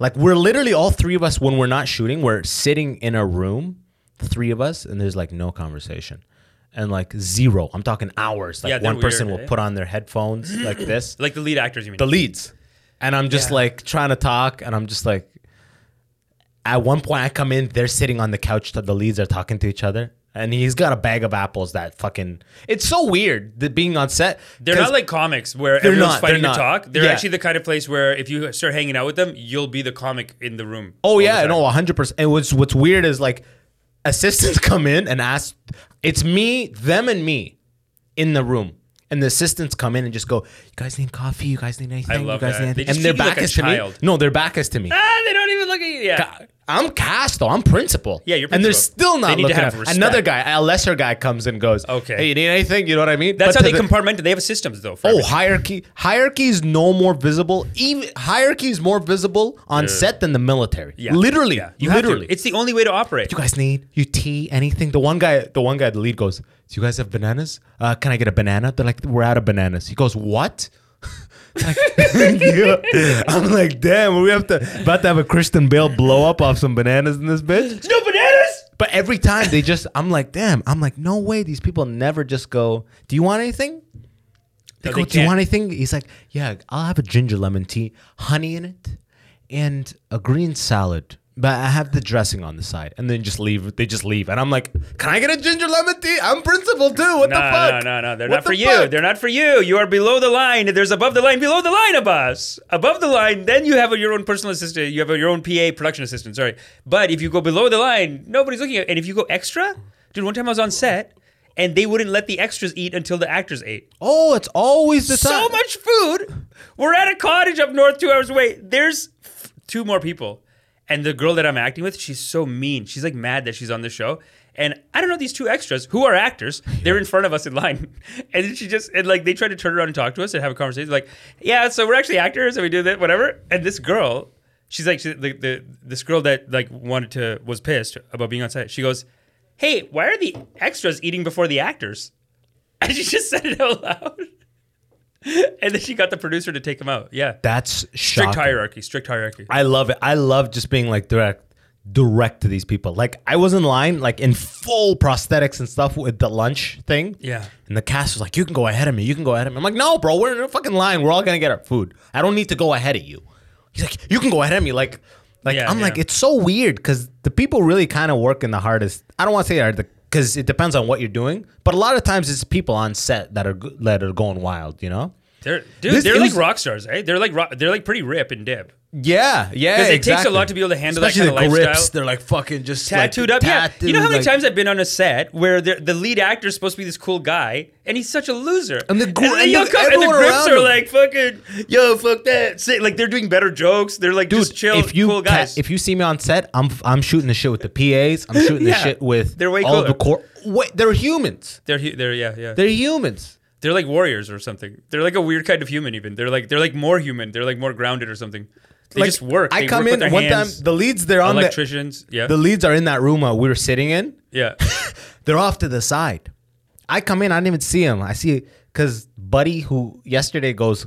C: like we're literally all three of us when we're not shooting, we're sitting in a room, three of us, and there's like no conversation. And like zero. I'm talking hours. Like
D: Yeah, they're
C: one person
D: weird,
C: will
D: eh?
C: put on their headphones like this.
D: Like the lead actors, you mean?
C: The leads. And I'm just
D: Yeah.
C: like trying to talk and I'm just like at one point I come in, they're sitting on the couch, the leads are talking to each other. and he's got a bag of apples that fucking. It's so weird that being on set.
D: They're
C: 'cause-
D: not like comics where
C: They're
D: everyone's
C: not,
D: fighting
C: they're
D: to
C: not.
D: talk. They're
C: Yeah.
D: actually the kind of place where if you start hanging out with them, you'll be the comic in the room.
C: Oh
D: all the
C: yeah,
D: time.
C: no, hundred percent. And what's what's weird is like assistants come in and ask. It's me, them, and me in the room, and the assistants come in and just go, "You guys need coffee? You guys need anything?
D: love
C: you guys
D: that.
C: need
D: They
C: anything?"
D: just
C: and their
D: treat you
C: back
D: like a
C: is
D: child.
C: to me. No, their back is to me.
D: Ah, they don't even look at you. Yeah.
C: I'm cast though. I'm principal.
D: Yeah, you're
C: And they're
D: principal.
C: still not
D: They need to
C: looking
D: have
C: at another
D: respect.
C: guy. A lesser guy comes and goes.
D: Okay.
C: Hey, you need anything? You know what I mean?
D: That's
C: But
D: how
C: to
D: they
C: the-
D: compartment. They have systems though. For
C: Oh,
D: everything.
C: hierarchy. Hierarchy is no more visible. Even hierarchy is more visible on set than the military.
D: Yeah.
C: Literally.
D: Yeah. You have to.
C: literally.
D: It's the only way to operate.
C: you guys need you tea anything the one guy the one guy the lead goes do you guys have bananas uh, can i get a banana they're like we're out of bananas he goes what Like, yeah. i'm like damn we have to about to have a christian bale blow up off some bananas in this bitch
D: No bananas.
C: but every time they just i'm like damn i'm like no way these people never just go do you want anything they
D: No,
C: go,
D: they
C: do you
D: can't.
C: want anything? He's like, yeah, I'll have a ginger lemon tea, honey in it, and a green salad. But I have the dressing on the side, and then just leave. They just leave, and I'm like, "Can I get a ginger lemon tea? I'm principal too. What
D: No,
C: the
D: no,
C: fuck?
D: no, no. They're
C: What
D: not
C: the
D: for you.
C: fuck?
D: They're not for you. You are below the line. There's above the line, below the line of us. Above the line, then you have your own personal assistant. You have your own PA production assistant. Sorry, but if you go below the line, nobody's looking at. And if you go extra, dude, one time I was on set, and they wouldn't let the extras eat until the actors ate.
C: oh, it's always the
D: so
C: time.
D: much food. We're at a cottage up north, two hours away. There's f- two more people. And the girl that I'm acting with, she's so mean. She's like mad that she's on the show. And I don't know these two extras who are actors. They're in front of us in line, and then she just and like they try to turn around and talk to us and have a conversation. Like, yeah, so we're actually actors and we do that, whatever. And this girl, she's like she, the, the this girl that like wanted to was pissed about being on set. She goes, "Hey, why are the extras eating before the actors?" And she just said it out loud. And then she got the producer to take him out. Yeah.
C: That's
D: strict
C: shocking.
D: hierarchy. Strict hierarchy.
C: I love it. I love just being like direct, direct to these people. Like I was in line, like in full prosthetics and stuff with the lunch thing.
D: Yeah.
C: And the cast was like, "You can go ahead of me. You can go ahead of me." I'm like, "No, bro. We're in a fucking line. We're all gonna get our food. I don't need to go ahead of you." He's like, "You can go ahead of me." Like, like
D: Yeah,
C: I'm like,
D: yeah.
C: it's so weird because the people really kind of work in the hardest. I don't want to say are the because it depends on what you're doing, but a lot of times it's people on set that are go- that are going wild. You know?
D: They're, dude,
C: This-
D: they're
C: it
D: like
C: was-
D: rock stars, eh? They're like rock, they're like pretty rip and dip.
C: Yeah, yeah.
D: Because it takes a lot to be able to handle that
C: Especially
D: kind of
C: the grips.
D: lifestyle.
C: They're like fucking just like,
D: Tattooed up. Yeah. You know how many
C: like-
D: times I've been on a set where the, the lead actor is supposed to be this cool guy and he's such a loser.
C: And the gr-
D: then
C: and
D: you'll
C: the-
D: come- and the
C: everyone
D: grips
C: around
D: are
C: him.
D: like fucking yo, fuck that. Say, like they're doing better jokes. They're like
C: Dude,
D: just chill,
C: if you
D: cool
C: ca-
D: guys.
C: if you see me on set, I'm I'm shooting the shit with the PAs. I'm shooting the
D: Yeah.
C: shit with
D: They're way
C: all
D: cooler.
C: the core. Wait, they're humans.
D: they're hu- they're yeah yeah. They're,
C: They're humans.
D: like warriors or something. They're like a weird kind of human. Even they're like they're like more human. They're like more grounded or something. They
C: Like,
D: just work.
C: I
D: They
C: come
D: work with
C: in
D: their
C: one
D: hands.
C: time. The leads they're on the,
D: electricians. yeah,
C: the leads are in that room uh, we were sitting in.
D: yeah.
C: They're off to the side. I come in. I didn't even see him. I see because buddy who yesterday goes.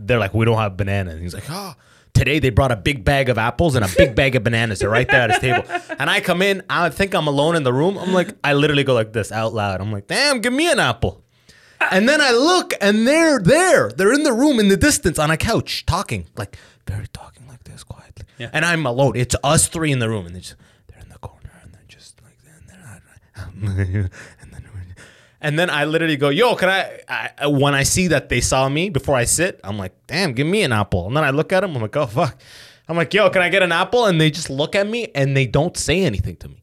C: They're like, we don't have bananas. He's like, ah. Today they brought a big bag of apples and a big bag of bananas. They're right there at his table. And I come in. I think I'm alone in the room. I'm like, I literally go like this out loud. I'm like, damn, give me an apple. And then I look, and they're there. They're in the room in the distance on a couch talking, like very talking like this quietly.
D: Yeah.
C: And I'm alone. It's us three in the room, and they're, just, they're in the corner, and they're just like, and they're not. And then, and then I literally go, "Yo, can I, I?" uh, When I see that they saw me before I sit, I'm like, "Damn, give me an apple." And then I look at them, I'm like, "Oh fuck." I'm like, "Yo, can I get an apple?" And they just look at me, and they don't say anything to me.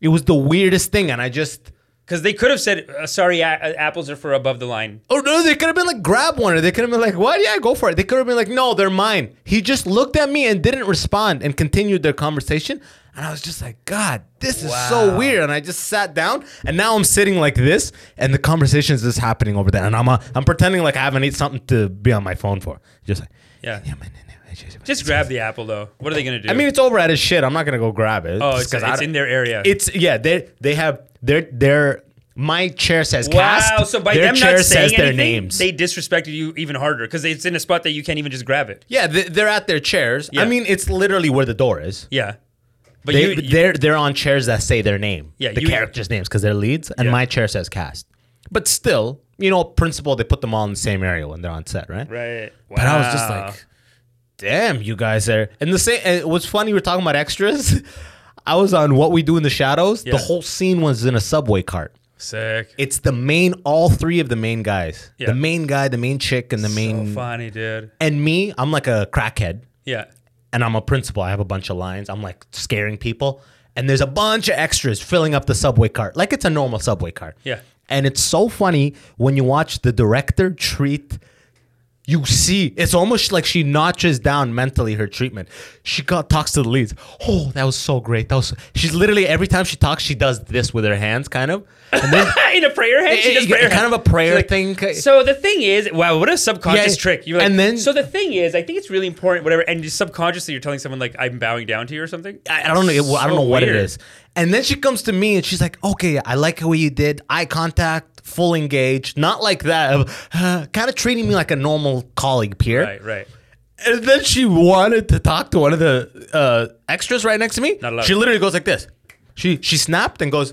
C: It was the weirdest thing, and I just.
D: Because they could have said, uh, "Sorry, a- uh, apples are for above the line."
C: Oh no, they could have been like grab one, or they could have been like, "What? Yeah, go for it." They could have been like, "No, they're mine." He just looked at me and didn't respond, and continued their conversation. And I was just like, "God, this is so
D: Wow.
C: weird." And I just sat down, and now I'm sitting like this, and the conversation is just happening over there, and I'm uh, I'm pretending like I haven't eaten something to be on my phone for, just like
D: Yeah.
C: yeah, man, yeah, yeah, yeah, yeah.
D: Just grab the apple, though. What are they gonna do?
C: I mean, it's over at his shit. I'm not gonna go grab it.
D: oh,
C: just
D: it's,
C: 'cause I
D: it's
C: don't-
D: in their area.
C: It's yeah. They they have their their. My chair says
D: wow.
C: cast.
D: So by
C: their
D: them
C: chair
D: not saying
C: says
D: anything,
C: their names.
D: they disrespected you even harder because it's in a spot that you can't even just grab it.
C: Yeah, they- they're at their chairs.
D: Yeah.
C: I mean, it's literally where the door is.
D: Yeah. But
C: They,
D: you, you-
C: they're they're on chairs that say their name,
D: Yeah,
C: the
D: you-
C: characters' names, because they're leads, and
D: Yeah.
C: my chair says cast. But still, you know, principle they put them all in the same area when they're on set, right?
D: right. Wow.
C: But I was just like, damn, you guys are. And the same. And what's funny, we were talking about extras. I was on What We Do in the Shadows.
D: Yeah.
C: The whole scene was in a subway cart.
D: Sick.
C: It's the main, all three of the main guys.
D: Yeah.
C: The main guy, the main chick, and the main.
D: so funny, dude.
C: and me, I'm like a crackhead,
D: Yeah.
C: and I'm a principal. I have a bunch of lines. I'm like scaring people, and there's a bunch of extras filling up the subway cart, like it's a normal subway cart.
D: Yeah.
C: And it's so funny when you watch the director treat. You see, it's almost like she notches down mentally her treatment. She got, talks to the leads. Oh, that was so great. That was. so-" She's literally every time she talks, she does this with her hands, kind of. And then
D: In a prayer hand, she
C: Eh,
D: does
C: eh,
D: prayer
C: kind
D: hand.
C: of a prayer
D: She's like,
C: thing.
D: So the thing is, wow, what a subconscious
C: Yeah,
D: trick. You're like,
C: and then-
D: so the thing is, I think it's really important, whatever. And just subconsciously, you're telling someone like, "I'm bowing down to you" or something.
C: I, I don't know. It, I don't
D: So
C: know what it
D: weird.
C: is. And then she comes to me and she's like, "Okay, I like how you did eye contact, full engaged, not like that, kind of treating me like a normal colleague peer."
D: Right, right.
C: And then she wanted to talk to one of the uh, extras right next to me.
D: Not allowed.
C: She literally goes like this. She she snapped and goes,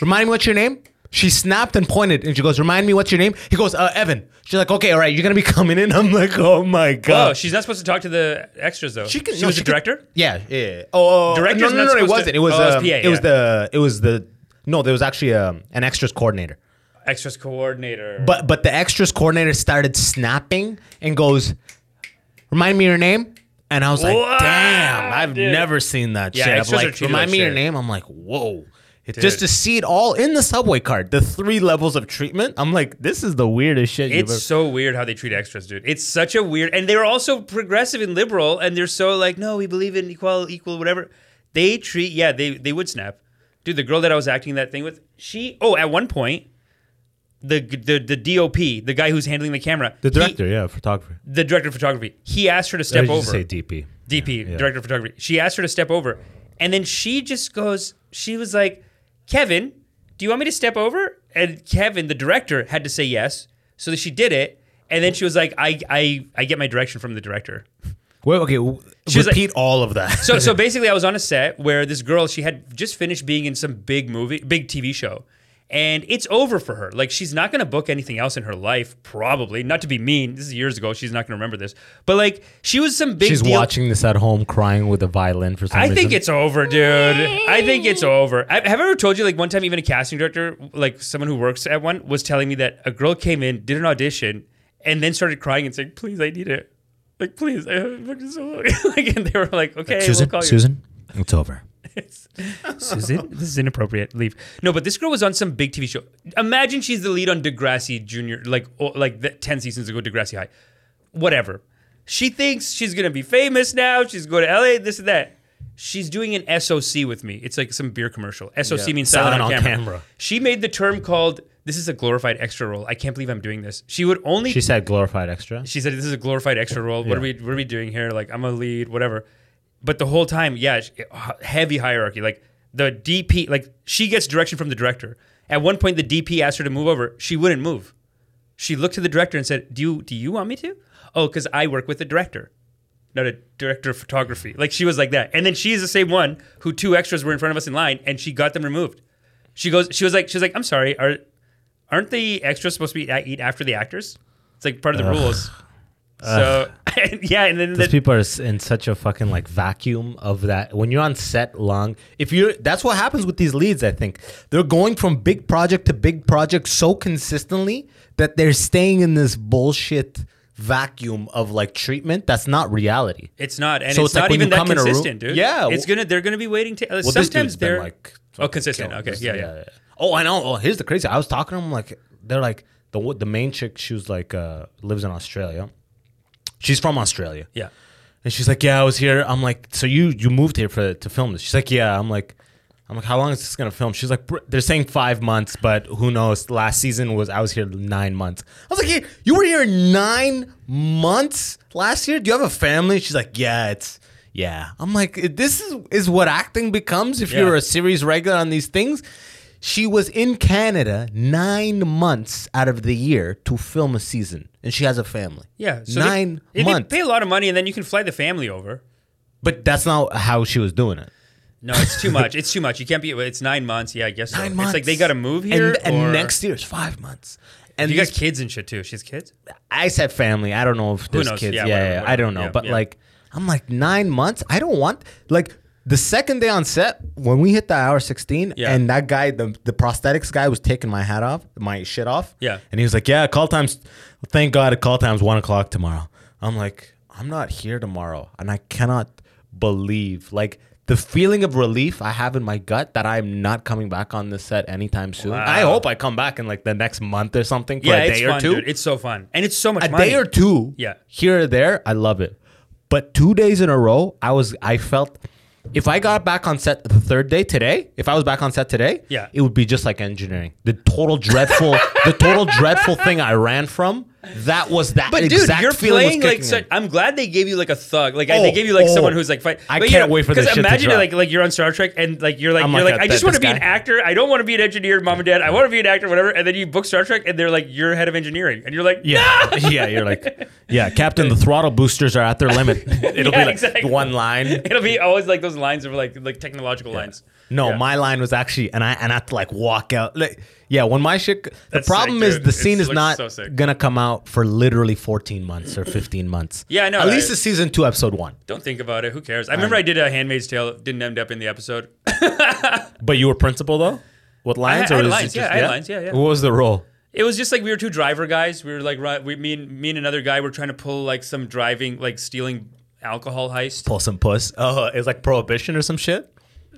C: "Remind me what's your name." She snapped and pointed, and she goes, "Remind me what's your name." He goes, uh, "Evan." She's like, "Okay, all right, you're gonna be coming in." I'm like, "Oh my god."
D: Oh, she's not supposed to talk to the extras though. She,
C: could-
D: she
C: no,
D: was the
C: could-
D: director.
C: yeah, yeah. yeah. Oh, oh,
D: Director's
C: no, no,
D: not
C: no, no, it
D: supposed to-
C: wasn't. It was.
D: Oh, it was
C: um,
D: PA,
C: it was
D: yeah.
C: the. It was the. No, there was actually um, an extras coordinator.
D: Extras coordinator.
C: But but the extras coordinator started snapping and goes, "Remind me your name." And I was like,
D: Wow,
C: "Damn, I've
D: dude.
C: never seen that
D: Yeah,
C: shit." I'm
D: extras are
C: like,
D: treated
C: "Remind
D: like
C: me your
D: shit.
C: name." I'm like, "Whoa." It, just to see it all in the subway card, the three levels of treatment. I'm like, this is the weirdest shit you've
D: It's
C: ever.
D: so weird how they treat extras, dude. It's such a weird, and they're also progressive and liberal, and they're so like, no, we believe in equal, equal, whatever. They treat, yeah, they they would snap, dude. The girl that I was acting that thing with, she, oh, at one point, the the the DOP, the guy who's handling the camera, he-
C: yeah, photographer.
D: the director of photography, he asked her to step over.
C: DP.
D: DP,
C: Yeah.
D: director of photography. She asked her to step over. And then she just goes, she was like, Kevin, do you want me to step over? And Kevin, the director, had to say yes. So she did it. And then she was like, I, I, I get my direction from the director.
C: Well, okay, w-
D: She was like-
C: repeat all of that.
D: So, so basically, I was on a set where this girl, she had just finished being in some big movie, big TV show. And it's over for her. Like, she's not going to book anything else in her life, probably. Not to be mean. This is years ago. She's not going to remember this. But, like, she was some big
C: She's
D: deal.
C: watching this at home, crying with a violin for some
D: I
C: reason.
D: think it's over, dude. I think it's over. I, have I ever told you, like, one time, even a casting director, like someone who works at one, was telling me that a girl came in, did an audition, and then started crying and saying, "Please, I need it. Like, please, I haven't booked it so long." like, and they were like, "Okay, we'll call you."
C: it's over.
D: Susan, this is inappropriate. Leave. No, but this girl was on some big TV show. Imagine she's the lead on Degrassi Junior, like oh, like the, ten seasons ago, Degrassi High. Whatever. She thinks she's gonna be famous now. She's going to LA. This and that. She's doing an SOC with me. It's like some beer commercial. SOC means silent, on, camera. She made the term called. This is a glorified extra role. I can't believe I'm doing this. She would only
C: She said glorified extra.
D: she said, "This is a glorified extra role. What are we? What are we doing here? Like, I'm a lead, whatever." But the whole time, yeah, sh- heavy hierarchy. Like the DP, like she gets direction from the director. At one point, the DP asked her to move over. She wouldn't move. She looked to the director and said, "Do you do you want me to? Oh, because I work with the director, not a director of photography." Like she was like that. And then she's the same one who two extras were in front of us in line, and she got them removed. She goes, she was like, she was like, "I'm sorry, are aren't the extras supposed to be eat after the actors? It's like part of the rules." So yeah, and then
C: These
D: the,
C: people are s- in such a fucking like vacuum of that. When you're on set long, if you're that's what happens with these leads. I think they're going from big project to big project so consistently that they're staying in this bullshit vacuum of like treatment that's not reality.
D: it's not, and
C: So it's
D: it's,
C: like
D: not
C: when
D: even
C: you
D: that
C: come in a room-
D: consistent, dude.
C: Yeah,
D: it's
C: well-
D: gonna they're gonna be waiting to.
C: Well, this
D: sometimes
C: dude's been,
D: they're
C: like
D: oh consistent. Okay,
C: This-
D: yeah, yeah.
C: Oh, I know. Oh, here's the crazy. I was talking to him like they're like the wo- the main chick. She was like uh, lives in Australia. She's from Australia,
D: yeah.
C: and she's like, "Yeah, I was here." I'm like, "So you you moved here for to film this?" She's like, "Yeah." I'm like, "I'm like, how long is this gonna film?" She's like, "Br- "They're saying five months, but who knows?" Last season was I was here nine months. I was like, "Hey, "You were here nine months last year? Do you have a family?" She's like, "Yeah, it's." Yeah, I'm like this is is what acting becomes if
D: Yeah.
C: you're a series regular on these things. She was in Canada nine months out of the year to film a season, and she has a family.
D: Yeah, so they-
C: nine
D: yeah, they
C: months.
D: pay a lot of money, and then you can fly the family over.
C: But that's not how she was doing it.
D: No, it's too much. It's too much. You can't be. It's nine months. Yeah, I guess so.
C: Nine
D: it's
C: months.
D: like they got to move here.
C: and, and
D: or-
C: next year is five months. And
D: you got
C: these-
D: kids and shit too. She has kids.
C: I said family. I don't know if there's
D: knows?
C: kids.
D: Yeah,
C: Yeah,
D: whatever,
C: yeah,
D: whatever.
C: I don't know.
D: Yeah,
C: but
D: yeah.
C: like, I'm like nine months. I don't want like The second day on set, when we hit the hour 16,
D: Yeah.
C: and that guy, the, the prosthetics guy, was taking my hat off, my shit off.
D: Yeah.
C: And he was like, Yeah, call time's, thank God, call time's one o'clock tomorrow. I'm like, I'm not here tomorrow. And I cannot believe, like, the feeling of relief I have in my gut that I'm not coming back on this set anytime soon.
D: Wow.
C: I hope I come back in like the next month or something for
D: yeah,
C: a
D: it's
C: day
D: fun,
C: or two.
D: dude. It's so fun, and it's so much
C: a
D: money.
C: day or two
D: Yeah.
C: here or there i love it but two days in a row i was i felt if i got back on set the third day today if i was back on set today
D: Yeah.
C: it would be just like engineering the total dreadful the total dreadful thing i ran from that was that
D: But dude,
C: exact
D: you're
C: feeling was
D: playing like
C: kicking
D: such.
C: in.
D: I'm glad they gave you like a thug. Like
C: Oh,
D: I, they gave you like
C: oh.
D: someone who's like fight.
C: I
D: But,
C: can't wait for this
D: Because
C: shit to
D: imagine
C: drop.
D: like like you're on Star Trek and like you're like
C: I'm
D: you're
C: like,
D: like,
C: I
D: I just
C: bet
D: want to
C: this
D: be an
C: guy-
D: actor. I don't want to be an engineer, mom and dad. I want to be an actor, whatever. And then you book Star Trek and they're like you're head of engineering, and you're like
C: yeah yeah you're like yeah captain the throttle boosters are at their limit it'll
D: Yeah,
C: be like
D: exactly.
C: one line
D: It'll be always like those lines of like like technological lines.
C: No,
D: Yeah.
C: my line was actually, and I and I had to like walk out. Like, yeah, when my shit. The
D: That's
C: problem
D: sick,
C: is
D: dude.
C: the
D: It's-
C: scene is
D: looks
C: not
D: so sick.
C: gonna come out for literally 14 months or 15 months.
D: Yeah, I know,
C: At least
D: right?
C: it's season two, episode one.
D: Don't think about it. Who cares? I remember I, did a Handmaid's Tale. Didn't end up in the episode.
C: But you were principal though, with lines
D: I
C: or
D: had
C: was
D: lines,
C: it
D: yeah,
C: just,
D: I had lines, yeah, yeah.
C: What was the role?
D: It was just like we were two driver guys. We were like ri- we me and me and another guy were trying to pull like some driving like stealing alcohol heist.
C: Pull some puss. Oh, it's like prohibition or some shit.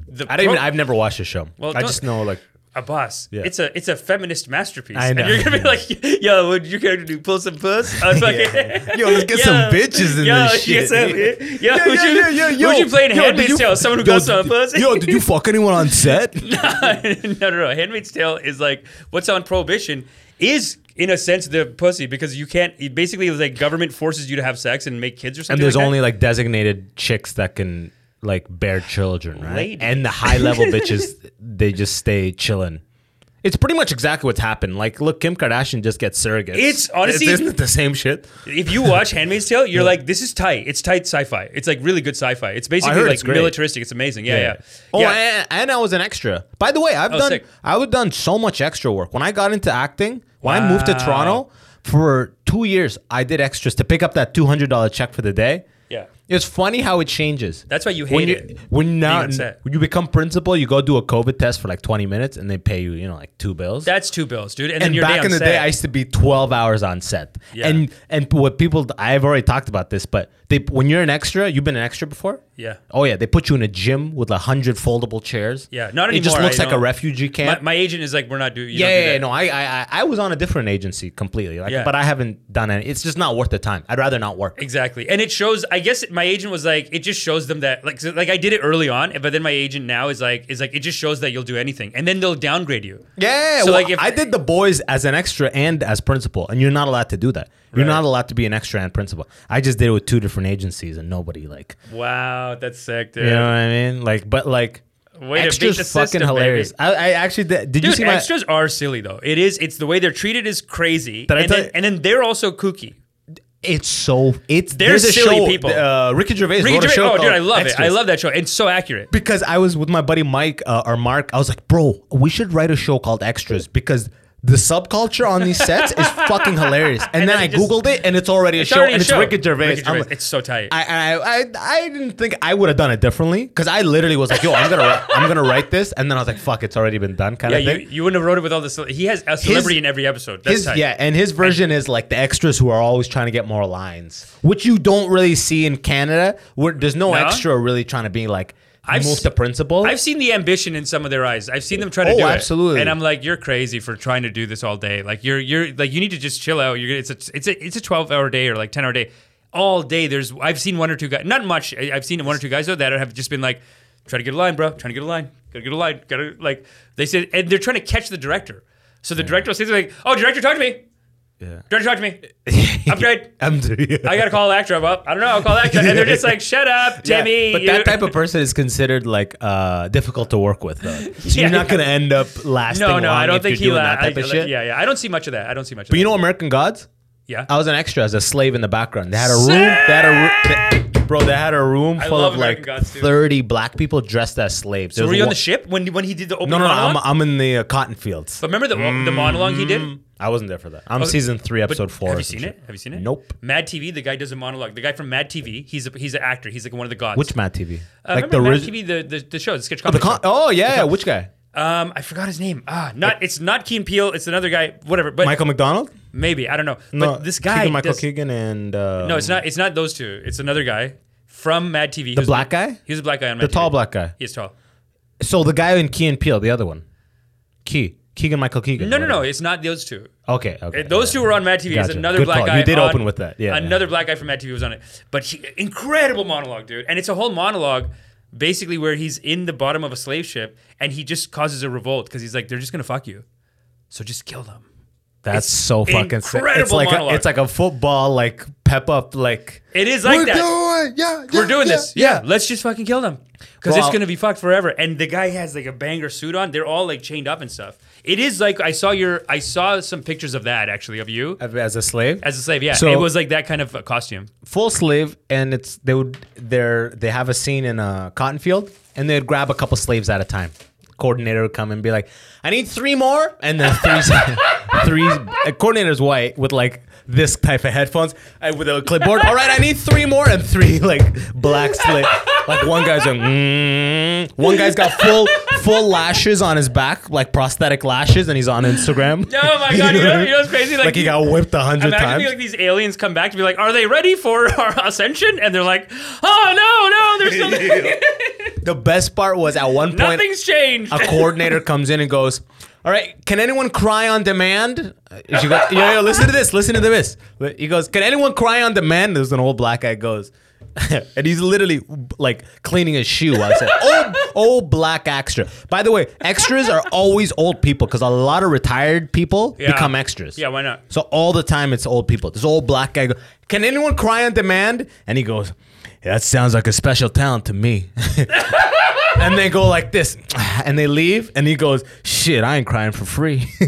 D: The
C: I don't
D: pro-
C: even. I've never watched the show.
D: Well,
C: I
D: don't-
C: just know like.
D: a boss.
C: Yeah.
D: It's a it's a feminist masterpiece.
C: I know.
D: And you're gonna be like, yo, would you care to do pull some puss? I was like,
C: Yo, let's get some bitches in
D: yo,
C: this
D: you
C: shit.
D: get some- Yo, would you, would you play in
C: yo, did
D: Handmaid's
C: you-
D: Tale? Someone who
C: yo,
D: goes to a
C: did-
D: puss?
C: Yo, did you fuck anyone on set?
D: no, no, no. Handmaid's Tale is like what's on prohibition is in a sense the pussy because you can't. It basically, it's like government forces you to have sex and make kids or something.
C: and there's
D: like
C: only like designated chicks that can like bear children, right?
D: Ladies.
C: And the high level bitches, they just stay chilling. It's pretty much exactly what's happened. Like, look, Kim Kardashian just gets surrogates.
D: It's honestly-
C: isn't it the same shit?
D: that. if you watch Handmaid's Tale, you're like, this is tight. It's tight sci-fi. It's like really good sci-fi. It's basically
C: heard
D: like
C: it's great.
D: militaristic. It's amazing. Yeah, yeah.
C: Oh,
D: Yeah.
C: And, and I was an extra. By the way, I've
D: Oh,
C: done
D: sick.
C: I've done so much extra work. When I got into acting, when I moved to Toronto for two years, I did extras to pick up that two hundred dollar check for the day.
D: Yeah.
C: It's funny how it changes.
D: That's why you
C: when
D: hate
C: you,
D: it,
C: When now
D: on set.
C: when you become principal, you go do a COVID test for like twenty minutes, and they pay you, you know, like two bills.
D: That's two bills, dude. And, then
C: and
D: your day
C: back
D: on
C: in the
D: set.
C: day, I used to be twelve hours on set.
D: Yeah.
C: And and what people I've already talked about this, but they when you're an extra, you've been an extra before.
D: Yeah.
C: Oh yeah, they put you in a gym with a hundred foldable chairs.
D: Yeah, not
C: It just
D: anymore,
C: looks
D: I
C: like a
D: know.
C: refugee
D: my,
C: camp.
D: my agent is like, we're not doing. you
C: yeah,
D: don't do
C: yeah,
D: that.
C: yeah, no, I, I, I- I was on a different agency completely, like,
D: Yeah.
C: but I haven't done it. It's just not worth the time. I'd rather not work.
D: Exactly, and it shows. I guess my agent was like, it just shows them that, like, so- like I did it early on, but then my agent now is like, is like, it just shows that you'll do anything, and then they'll downgrade you.
C: Yeah,
D: So,
C: well,
D: like, if-
C: I did the boys as an extra and as principal, and you're not allowed to do that. You're
D: Right.
C: not allowed to be an extra and principal. I just did it with two different agencies, and nobody like,
D: Wow, that's sick, dude.
C: you know what I mean? Like, but like,
D: Way to beat
C: extras
D: the
C: fucking
D: system,
C: hilarious.
D: baby.
C: I, I actually did. Did you
D: Dude,
C: see my
D: extras are silly though. It is. It's the way they're treated is crazy,
C: Did I
D: and
C: tell
D: then,
C: you-
D: and then they're also kooky.
C: It's so it's
D: They're
C: there's a
D: silly
C: show,
D: people.
C: Uh, Ricky Gervais
D: Ricky
C: wrote a
D: Gervais-
C: show.
D: oh, dude,
C: called
D: I love it. I
C: Extras.
D: love that show, and it's so accurate.
C: because I was with my buddy Mike uh, or Mark. I was like, bro, we should write a show called Extras because the subculture on these sets is fucking hilarious. And,
D: And
C: then,
D: then
C: I
D: it just-
C: googled it, and it's already a
D: It's
C: show,
D: already a
C: and it's
D: show.
C: Ricky Gervais.
D: Ricky
C: I'm
D: Gervais.
C: like-
D: It's so tight.
C: I, I I I didn't think I would have done it differently because I literally was like, yo, I'm gonna write, I'm gonna write this, and then I was like, fuck, it's already been done, kind
D: yeah,
C: of thing.
D: you, you wouldn't have wrote it with all this. He has a celebrity in every episode. That's
C: His,
D: tight.
C: yeah, and his version is like the extras who are always trying to get more lines, which you don't really see in Canada. Where there's no,
D: No?
C: extra really trying to be like
D: I've
C: move
D: s-
C: to principal.
D: I've seen the ambition in some of their eyes. I've seen them try to
C: Oh,
D: do it.
C: absolutely.
D: And I'm like, you're crazy for trying to do this all day. Like you're you're like you need to just chill out. You're gonna- it's a it's a it's a 12 hour day or like 10 hour day. All day there's I've seen one or two guys, not much. I- I've seen one or two guys though that have just been like, try to get a line, bro. Trying to get a line. Gotta get a line. Gotta like they said, and they're trying to catch the director. So the director will say something like, "Oh, director, talk to me.
C: Yeah.
D: Director, talk to me. Upgrade."
C: I'm yeah.
D: I gotta call actor. Well, I don't know. I'll call actor, and they're just like, "Shut up,
C: Yeah,
D: Timmy."
C: but
D: you-
C: that type of person is considered like uh, difficult to work with. Though. So
D: Yeah,
C: you're not
D: yeah.
C: going to end up lasting.
D: No, no,
C: long
D: I don't
C: if
D: think he
C: you're doing
D: la-
C: that type
D: I-
C: of shit.
D: Yeah, yeah, I don't see much of that. I don't see much of
C: But
D: that.
C: you know American Gods?
D: yeah,
C: I was an extra as a slave in the background. They had a room. They had a room. Bro, they had a room full
D: love
C: of like
D: American Gods, dude.
C: 30 black people dressed as slaves.
D: so
C: There
D: were
C: was
D: you on
C: one-
D: the ship when when he did the opening
C: No, no, no.
D: monologue?
C: I'm, I'm in the uh, cotton fields.
D: but remember the the monologue he did.
C: I wasn't there for that. I'm
D: Oh,
C: season three,
D: but
C: episode four.
D: Have
C: or
D: you
C: some
D: seen
C: shit.
D: it? Have you seen it?
C: Nope.
D: Mad TV, the guy does a monologue. The guy from Mad TV, he's a, he's an actor. He's like one of the gods.
C: Which Matt TV?
D: Uh, like the Mad TV, the, the the show, the sketch comedy.
C: The oh. con-
D: show.
C: oh yeah, yeah, which guy?
D: Um, I forgot his name. Ah, not it's not Keen Peele. It's another guy. Whatever. But
C: Michael McDonald?
D: maybe I don't know.
C: No,
D: but this guy.
C: Keegan Michael
D: does-
C: Keegan and uh,
D: No, it's not. It's not those two. It's another guy from Mad TV.
C: the black guy.
D: He's a black guy on Mad
C: The
D: TV.
C: tall black guy.
D: He's tall.
C: So the guy in Key and Peele, the other one, Key Keegan Michael Keegan.
D: No, no, no.
C: whatever.
D: It's not those two.
C: Okay, okay.
D: Uh, Those two were on Mad TV. It's
C: Gotcha.
D: another
C: Good
D: black
C: call.
D: guy.
C: You did
D: on-
C: open with that. Yeah, yeah.
D: Another black guy from Mad TV was on it. But he, incredible monologue, dude. And it's a whole monologue basically where he's in the bottom of a slave ship and he just causes a revolt because he's like, they're just going to fuck you. So just kill them.
C: That's
D: It's
C: so fucking sick. It's
D: incredible
C: like a,
D: monologue.
C: it's like a football like pep up like.
D: It is like that.
C: doing, yeah,
D: We're
C: yeah,
D: doing
C: yeah,
D: this.
C: yeah.
D: Yeah. Let's just fucking kill them because it's
C: Well-
D: going to be fucked forever. And the guy has like a banger suit on. They're all like chained up and stuff. It is like I saw your I saw some pictures of that actually of you
C: As a slave,
D: as a slave. Yeah,
C: So-
D: it was like that kind of uh, costume.
C: full slave, and it's they would they're they have a scene in a cotton field, and they'd grab a couple slaves at a time. Coordinator would come and be like, "I need three more," and then three, three. A coordinator's white with like this type of headphones uh, with a clipboard. All right, I need three more, and three like black slave. Like one guy's like, mm. one guy's got full full lashes on his back, like prosthetic lashes, and he's on Instagram.
D: Oh my god, you know, you know what's crazy? Like,
C: Like he
D: these-
C: got whipped a hundred
D: Imagine
C: times.
D: like these aliens come back to be like, "Are they ready for our ascension?" And they're like, "Oh no, no, there's still-
C: The best part was at one point
D: nothing's changed."
C: a coordinator comes in and goes, "All right, can anyone cry on demand?" Uh, She goes, "Yo, yo, listen to this. Listen to this." He goes, "Can anyone cry on demand?" There's an old black guy goes, and he's literally like cleaning his shoe. I said, "Old, old black extra." By the way, extras are always old people because a lot of retired people
D: Yeah.
C: become extras.
D: Yeah, why not?
C: So all the time it's old people. This old black guy goes, Can anyone cry on demand? And he goes, "Yeah, That sounds like a special talent to me. and they go like this. And they leave. And he goes, Shit, I ain't crying for free.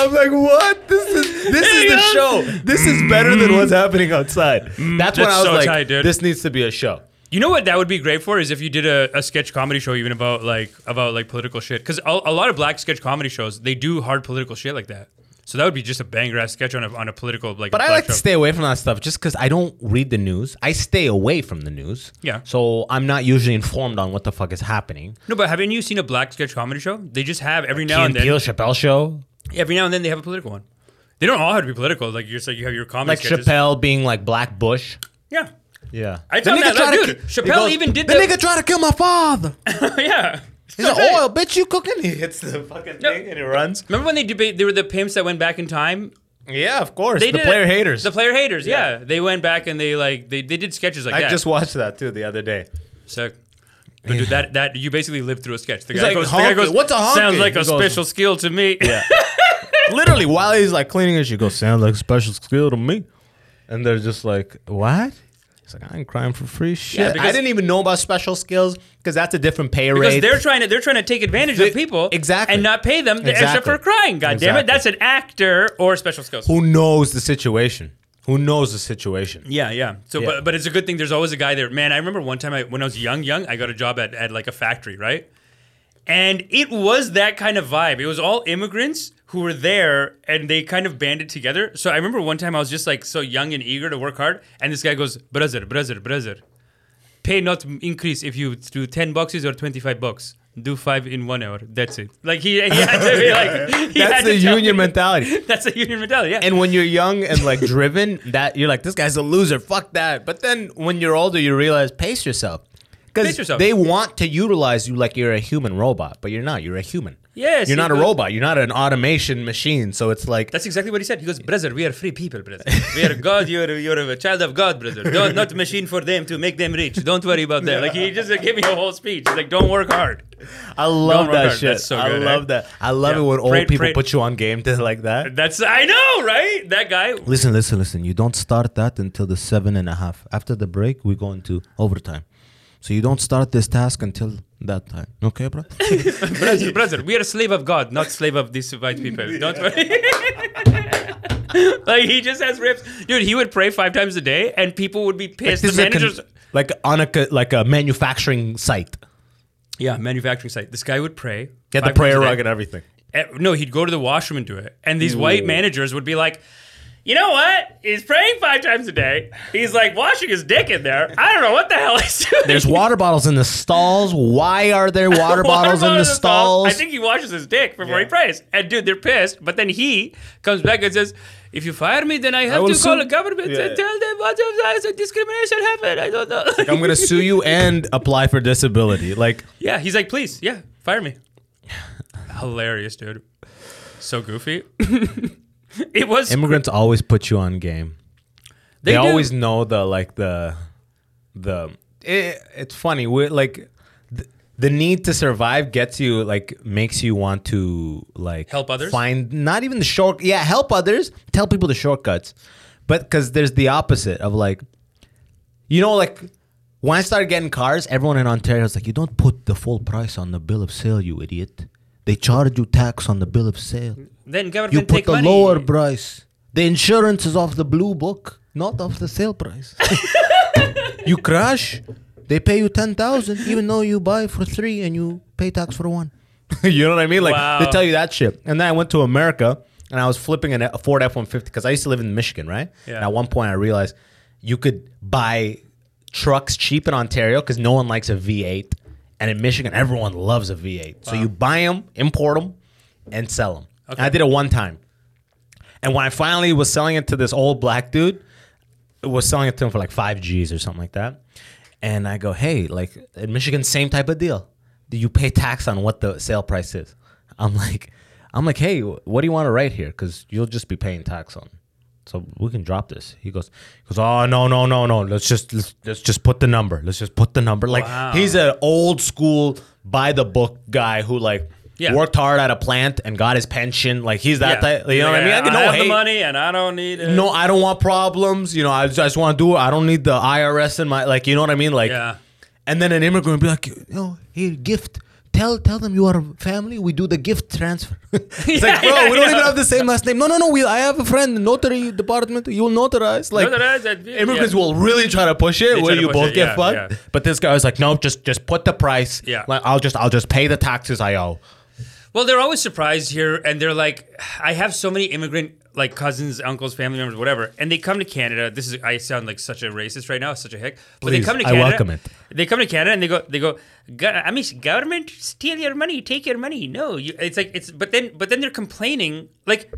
C: I'm like, what? This is this is the show. This is better than what's happening outside. That's when
D: Mm, that's
C: I was
D: so
C: like,
D: tight, dude.
C: this needs to be a show.
D: You know what that would be great for is if you did a, a sketch comedy show even about like about like political shit because a, a lot of black sketch comedy shows they do hard political shit like that. So that would be just a banger ass sketch on a, on a political like.
C: But I
D: black
C: like to
D: show.
C: stay away from that stuff just because I don't read the news. I stay away from the news.
D: Yeah.
C: So I'm not usually informed on what the fuck is happening.
D: No, but haven't you seen a black sketch comedy show? They just have every now
C: Key and
D: and then.
C: Peele, Chappelle show.
D: Every now and then they have a political one. They don't all have to be political. Like you're like you have your comedy
C: Like
D: sketches.
C: Chappelle being like Black Bush.
D: Yeah.
C: Yeah.
D: I tell him that, like, dude, Chappelle even did
C: the
D: that-
C: nigga tried to kill my father.
D: yeah.
C: He's like, oil, bitch, you cooking? He hits the fucking
D: No.
C: thing and he runs.
D: Remember when they debate? They were the pimps that went back in time.
C: Yeah, of course.
D: They
C: the
D: did
C: player
D: it-
C: haters.
D: The player haters. Yeah. they went back and they like they, they did sketches like
C: I
D: that.
C: just watched that too the other day.
D: Sick. But dude, that that you basically lived through a sketch. The
C: He's
D: guy,
C: like,
D: goes, the guy
C: "Honky,
D: goes,
C: what's a honky?"
D: Sounds like
C: He
D: a
C: goes-
D: special skill to me. Yeah.
C: Literally, while he's like cleaning it, she goes, sounds like a special skill to me. And they're just like, what? He's like, I ain't crying for free shit. I
D: because-
C: didn't even know about special skills because that's a different pay
D: Because
C: rate.
D: they're trying to they're trying to take advantage
C: They-
D: of people
C: exactly.
D: and not pay them the extra
C: Exactly.
D: for crying. God damn
C: Exactly.
D: it, that's an actor or special skills.
C: Who knows the situation? Who knows the situation?
D: Yeah, yeah. So,
C: Yeah.
D: but but it's a good thing. There's always a guy there. Man, I remember one time I, when I was young, young, I got a job at, at like a factory, right? And it was that kind of vibe. It was all immigrants who were there, and they kind of banded together. So I remember one time I was just like so young and eager to work hard, and this guy goes, "Brother, brother, brother, pay not increase if you do ten boxes or twenty five bucks." Do five in one hour. That's it. Like he, he had to be like. he had
C: That's the
D: to tell
C: union
D: me-
C: mentality.
D: That's the union mentality. Yeah.
C: And when you're young and like driven, that you're like, this guy's a loser. Fuck that. But then when you're older, you realize pace yourself. Because
D: Pace yourself.
C: they want to utilize you like you're a human robot, but you're not. You're a human.
D: Yes,
C: You're not a
D: because-
C: robot. You're not an automation machine. So it's like
D: That's exactly what he said. He goes, brother, we are free people, brother. We are God. You're you're a child of God, brother. Don't not machine for them to make them rich. Don't worry about that. Like he just gave me a whole speech. He's like, don't work hard.
C: I love
D: Don't
C: that
D: regard.
C: shit.
D: That's so
C: I
D: good,
C: love
D: eh?
C: that. I love
D: Yeah.
C: it when old
D: Prayed-
C: people
D: prayed.
C: put you on game to like that.
D: That's I know, right? That guy.
C: Listen, listen, listen. You don't start that until the seven and a half. After the break, we go into overtime. So you don't start this task until that time. Okay, bro?
D: Brother, brother, we are slave of God, not slave of these white people. Don't worry. like he just has rips. Dude, he would pray five times a day and people would be pissed. the managers
C: like on a co- like a manufacturing site.
D: Yeah, manufacturing site. This guy would pray.
C: Get
D: five
C: the prayer
D: times a day.
C: rug and everything.
D: Eh, No, he'd go to the washroom and do it. And these white managers would be like, you know what? He's praying five times a day. He's like washing his dick in there. I don't know what the hell he's doing.
C: There's water bottles in the stalls. Why are there water bottles in the
D: bottles
C: stalls?
D: I think he washes his dick before he prays. And dude, they're pissed. But then he comes back and says, if you fire me, then I have
C: will
D: to call
C: sue-
D: the government
C: Yeah.
D: and tell them what of the discrimination happened. I don't know.
C: I'm gonna sue you and apply for disability. Like
D: yeah, he's like, please, yeah, fire me. Hilarious, dude. So goofy. it was.
C: immigrants always put you on game. They,
D: do.
C: always know the like the the. It, it's funny. We're like the, the need to survive gets you like makes you want to like
D: Help others?
C: Find not even the short. Yeah, help others. Tell people the shortcuts, but because there's the opposite of like, you know, like. When I started getting cars, everyone in Ontario was like, "You don't put the full price on the bill of sale, you idiot! They charge you tax on the bill of sale."
D: then
C: You
D: government
C: put
D: take
C: the
D: money.
C: lower price. The insurance is off the blue book, not off the sale price. you crash, they pay you ten thousand, even though you buy for three and you pay tax for one. you know what I mean? Like they
D: Wow.
C: tell you that shit. And then I went to America and I was flipping an, a Ford F one fifty because I used to live in Michigan, right?
D: Yeah.
C: And at one point I realized you could buy trucks cheap in Ontario because no one likes a V eight, and in Michigan everyone loves a V eight. So you buy them, import them, and sell them. And I did it one time. And when I finally was selling it to this old black dude, was selling it to him for like five G's or something like that. And I go, hey, like in Michigan, same type of deal. Do you pay tax on what the sale price is? I'm like, I'm like, hey, what do you want to write here? Because you'll just be paying tax on. So we can drop this. He goes, he goes, oh no, no, no, no. Let's just let's, let's just put the number. Let's just put the number. Like
D: Wow.
C: he's an old school by the book guy who like
D: Yeah.
C: worked hard at a plant and got his pension. Like he's that
D: Yeah.
C: type. You know what I mean?
D: Yeah,
C: I can
D: I
C: no
D: have
C: hate.
D: the money and I don't need it.
C: No, I don't want problems. You know, I just, want to do it. I don't need the IRS in my like. You know what I mean? Like,
D: Yeah.
C: And then an immigrant would be like, you know, here gift. Tell tell them you are a family. We do the gift transfer. it's like, bro,
D: Yeah, yeah,
C: we
D: I
C: don't even
D: know.
C: have the same last name. No, no, no. We I have a friend notary department. You'll notarize. Like
D: Notarize and- yeah.
C: immigrants will really try to push it
D: They
C: where
D: try to
C: you
D: push
C: both
D: it,
C: get
D: yeah,
C: fucked.
D: yeah.
C: But this guy was like, no, just just put the price.
D: Yeah.
C: Like I'll just I'll just pay the taxes I owe.
D: Well, they're always surprised here, and they're like, I have so many immigrant like cousins, uncles, family members, whatever, and they come to Canada. This is I sound like such a racist right now, such a hick. But they
C: Please,
D: come to
C: I
D: Canada.
C: welcome it.
D: They come to Canada and they go, they go. "Go- I mean, government steal your money, take your money. No, you, it's like it's. But then, but then they're complaining like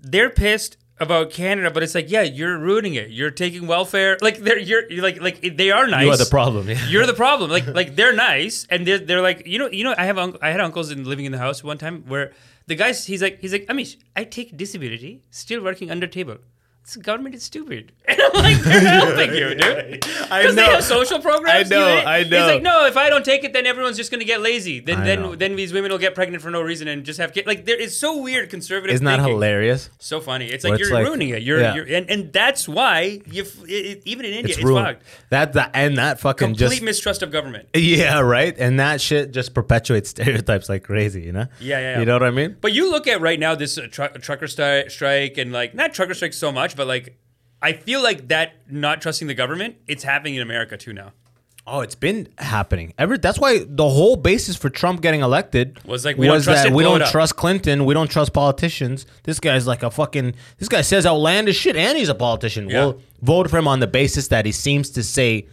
D: they're pissed about Canada, but it's like, yeah, you're ruining it. You're taking welfare. Like they're you're you're like like they are nice.
C: You are the problem. Yeah.
D: You're the problem. Like like they're nice and they're they're like you know you know I have unc- I had uncles in living in the house one time where the guys he's like he's like Amish I take disability still working under table. This government is stupid. And I'm like they're helping you, dude.
C: I
D: Because they
C: know.
D: have social programs.
C: I know,
D: you
C: I
D: He's
C: know.
D: like no if I don't take it then everyone's just gonna get lazy. Then
C: I
D: then
C: know.
D: then these women will get pregnant for no reason and just have kids. Like there is so weird conservative.
C: Isn't that
D: thinking.
C: hilarious?
D: So funny. It's
C: Where
D: like
C: it's
D: you're
C: like-
D: ruining it. You're,
C: yeah.
D: you're and, and that's why you f- it, it- even in India
C: It's
D: it's,
C: ruined.
D: fucked.
C: That the and that fucking
D: Complete
C: just
D: mistrust of government.
C: Yeah, right. And that shit just perpetuates stereotypes like crazy, you know?
D: Yeah, yeah, yeah.
C: You know what I mean?
D: But you look at right now this uh, tru- trucker stri- strike and like not trucker strike so much, but like I feel like that not trusting the government it's happening in America too now.
C: Oh, it's been happening. Ever that's why the whole basis for Trump getting elected
D: Was like, we don't trust
C: that
D: it,
C: we
D: blow
C: don't
D: it up.
C: trust Clinton, we don't trust politicians. This guy's like a fucking this guy says outlandish shit and he's a politician.
D: Yeah.
C: We'll vote for him on the basis that he seems to say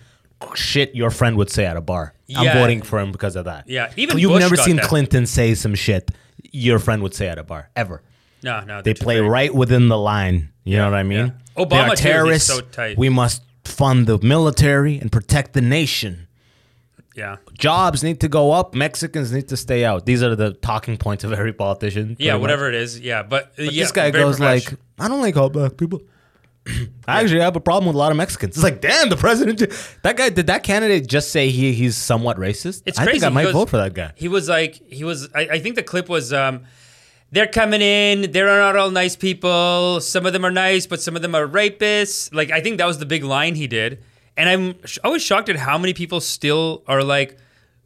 C: shit your friend would say at a bar. I'm
D: Yeah.
C: voting for him because of that.
D: Yeah, even
C: you've
D: Bush
C: never
D: got
C: seen
D: that.
C: Clinton say some shit your friend would say at a bar ever.
D: No, no,
C: They
D: they're too
C: play
D: big.
C: right within the line. You know what I mean? They
D: yeah. Obama,
C: are
D: too, he's
C: terrorists.
D: so tight.
C: We must fund the military and protect the nation.
D: Yeah,
C: Jobs need to go up. Mexicans need to stay out. These are the talking points of every politician.
D: yeah,
C: pretty
D: whatever
C: much.
D: it is. Yeah, but, uh,
C: But
D: yeah,
C: this guy
D: very
C: goes
D: profesh-
C: like, I don't like all black people. I actually have a problem with a lot of Mexicans. It's like, damn, the president. That guy did that candidate just say he he's somewhat racist.
D: It's
C: I
D: crazy.
C: think I
D: He
C: might
D: goes-
C: vote for that guy.
D: He was like, he was. I, I think the clip was, um, they're coming in. They're not all nice people. Some of them are nice, but some of them are rapists. Like I think that was the big line he did. And I'm sh- always shocked at how many people still are like,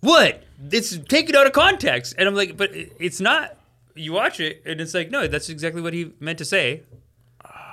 D: what? It's taken out of context. And I'm like, but it- it's not. You watch it, and it's like, no, that's exactly what he meant to say.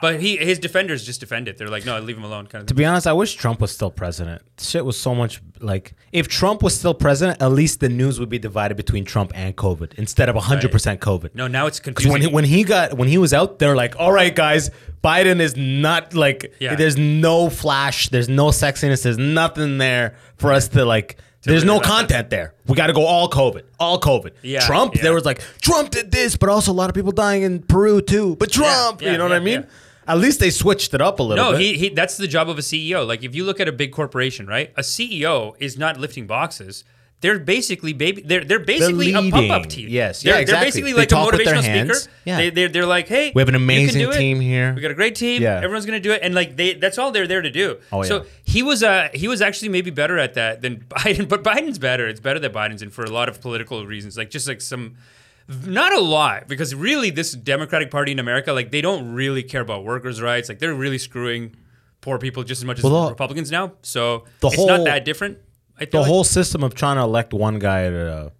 D: But he his defenders just defend it. They're like, no, leave him alone, kind of.
C: To
D: Thing.
C: be honest, I wish Trump was still president. Shit was so much like if Trump was still president, at least the news would be divided between Trump and COVID instead of 100% COVID.
D: No, now it's
C: Because
D: confusing.
C: when he, when he got when he was out there, like, all right, guys, Biden is not like.
D: Yeah.
C: There's no flash. There's no sexiness. There's nothing there for us to like. There's no
D: really reference.
C: content there. We got to go all COVID, all COVID.
D: Yeah,
C: Trump,
D: yeah.
C: there was like Trump did this, but also a lot of people dying in Peru too. But Trump,
D: yeah,
C: you know what
D: yeah,
C: I mean?
D: yeah.
C: At least they switched it up a little.
D: no,
C: bit.
D: he, he that's the job of a CEO. Like if you look at a big corporation, right? A CEO is not lifting boxes. They're basically baby. They're they're basically a pump up
C: leading.
D: team.
C: Yes.
D: they're,
C: Yeah, exactly.
D: They're basically
C: They
D: like a
C: talk with their
D: motivational speaker.
C: hands. Yeah.
D: They, they're, they're like, hey,
C: We have an
D: you can
C: amazing
D: do it.
C: team here.
D: We got a great team.
C: Yeah.
D: everyone's gonna do it. And like they, that's all they're there to do.
C: Oh, yeah.
D: So he was uh he was actually maybe better at that than Biden. But Biden's better. It's better that Biden's in for a lot of political reasons. Like just like some. Not a lot, because really, this Democratic Party in America, like they don't really care about workers' rights. Like they're really screwing poor people just as much as
C: Well, the-
D: Republicans now. So
C: the
D: it's
C: whole-
D: not that different. I
C: the
D: feel like.
C: whole system of trying to elect one guy to uh,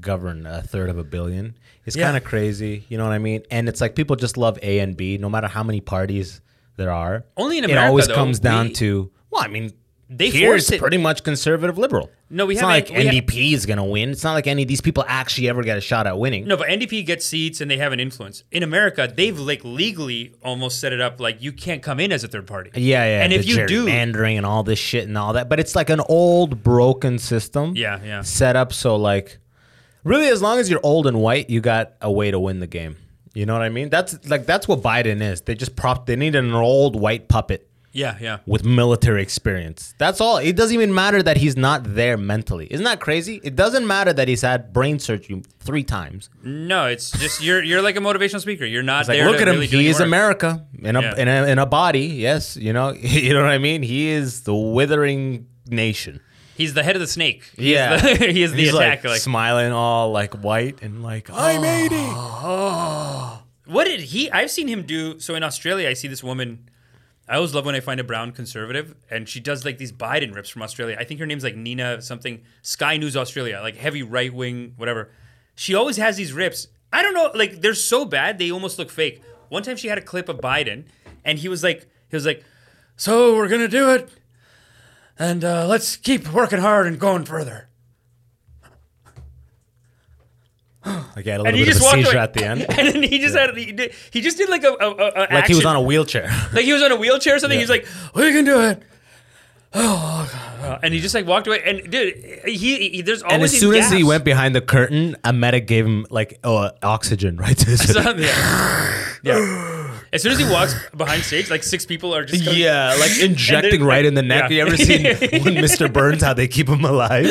C: govern a third of a billion is
D: Yeah.
C: kind of crazy. You know what I mean? And it's like people just love A and B, no matter how many parties there are.
D: Only in
C: it
D: America,
C: always
D: though,
C: comes down
D: we-
C: to well, I mean,
D: They
C: here it's
D: force it.
C: pretty much conservative liberal.
D: No, we
C: it's not
D: haven't-
C: like
D: we ha-
C: NDP is gonna win. It's not like any of these people actually ever get a shot at winning.
D: No, but NDP gets seats and they have an influence. In America, they've like legally almost set it up like you can't come in as a third party.
C: Yeah, yeah.
D: And
C: the
D: if you do,
C: gerrymandering and all this shit and all that, but it's like an old broken system.
D: Yeah, yeah.
C: Set up so like, really, as long as you're old and white, you got a way to win the game. You know what I mean? That's like that's what Biden is. They just prop. They need an old white puppet
D: yeah, yeah.
C: with military experience. That's all. It doesn't even matter that he's not there mentally. Isn't that crazy? It doesn't matter that he's had brain surgery three times.
D: No, it's just you're you're like a motivational speaker. You're not
C: Like,
D: there.
C: look
D: to
C: at him.
D: really do
C: he
D: any
C: is
D: work.
C: America in a,
D: Yeah.
C: in a in a body. Yes, you know, you know what I mean. He is the withering nation.
D: He's the head of the snake. He is the- he is the
C: He's,
D: attack.
C: Like,
D: Like, Oh.
C: smiling, all like white and like I'm 80.
D: what did he? I've seen him do. So in Australia, I see this woman. I always love when I find a brown conservative, and she does like these Biden rips from Australia. I think her name's like Nina something, Sky News Australia, like heavy right wing, whatever. She always has these rips. I don't know, like they're so bad they almost look fake. One time she had a clip of Biden, and he was like, he was like, "So we're gonna do it, and uh, let's keep working hard and going further."
C: Like he had a
D: And
C: little
D: he
C: bit of a
D: just walked
C: seizure
D: away.
C: at the end,
D: and then he just had he did, he just did like a, a, a a
C: like he was
D: action.
C: on a wheelchair.
D: Like he was on a wheelchair or something.
C: Yeah.
D: He was like, "We can do it." Oh, and he just like walked away. And dude, he, he there's always
C: and as
D: these
C: soon as he
D: gaps.
C: went behind the curtain, a medic gave him like uh, oxygen right to his.
D: So, yeah. Yeah. As soon as he walks behind stage, like six people are just going,
C: Yeah, like injecting
D: then,
C: right
D: like,
C: in the neck.
D: yeah.
C: You ever seen when Mr. Burns how they keep him alive?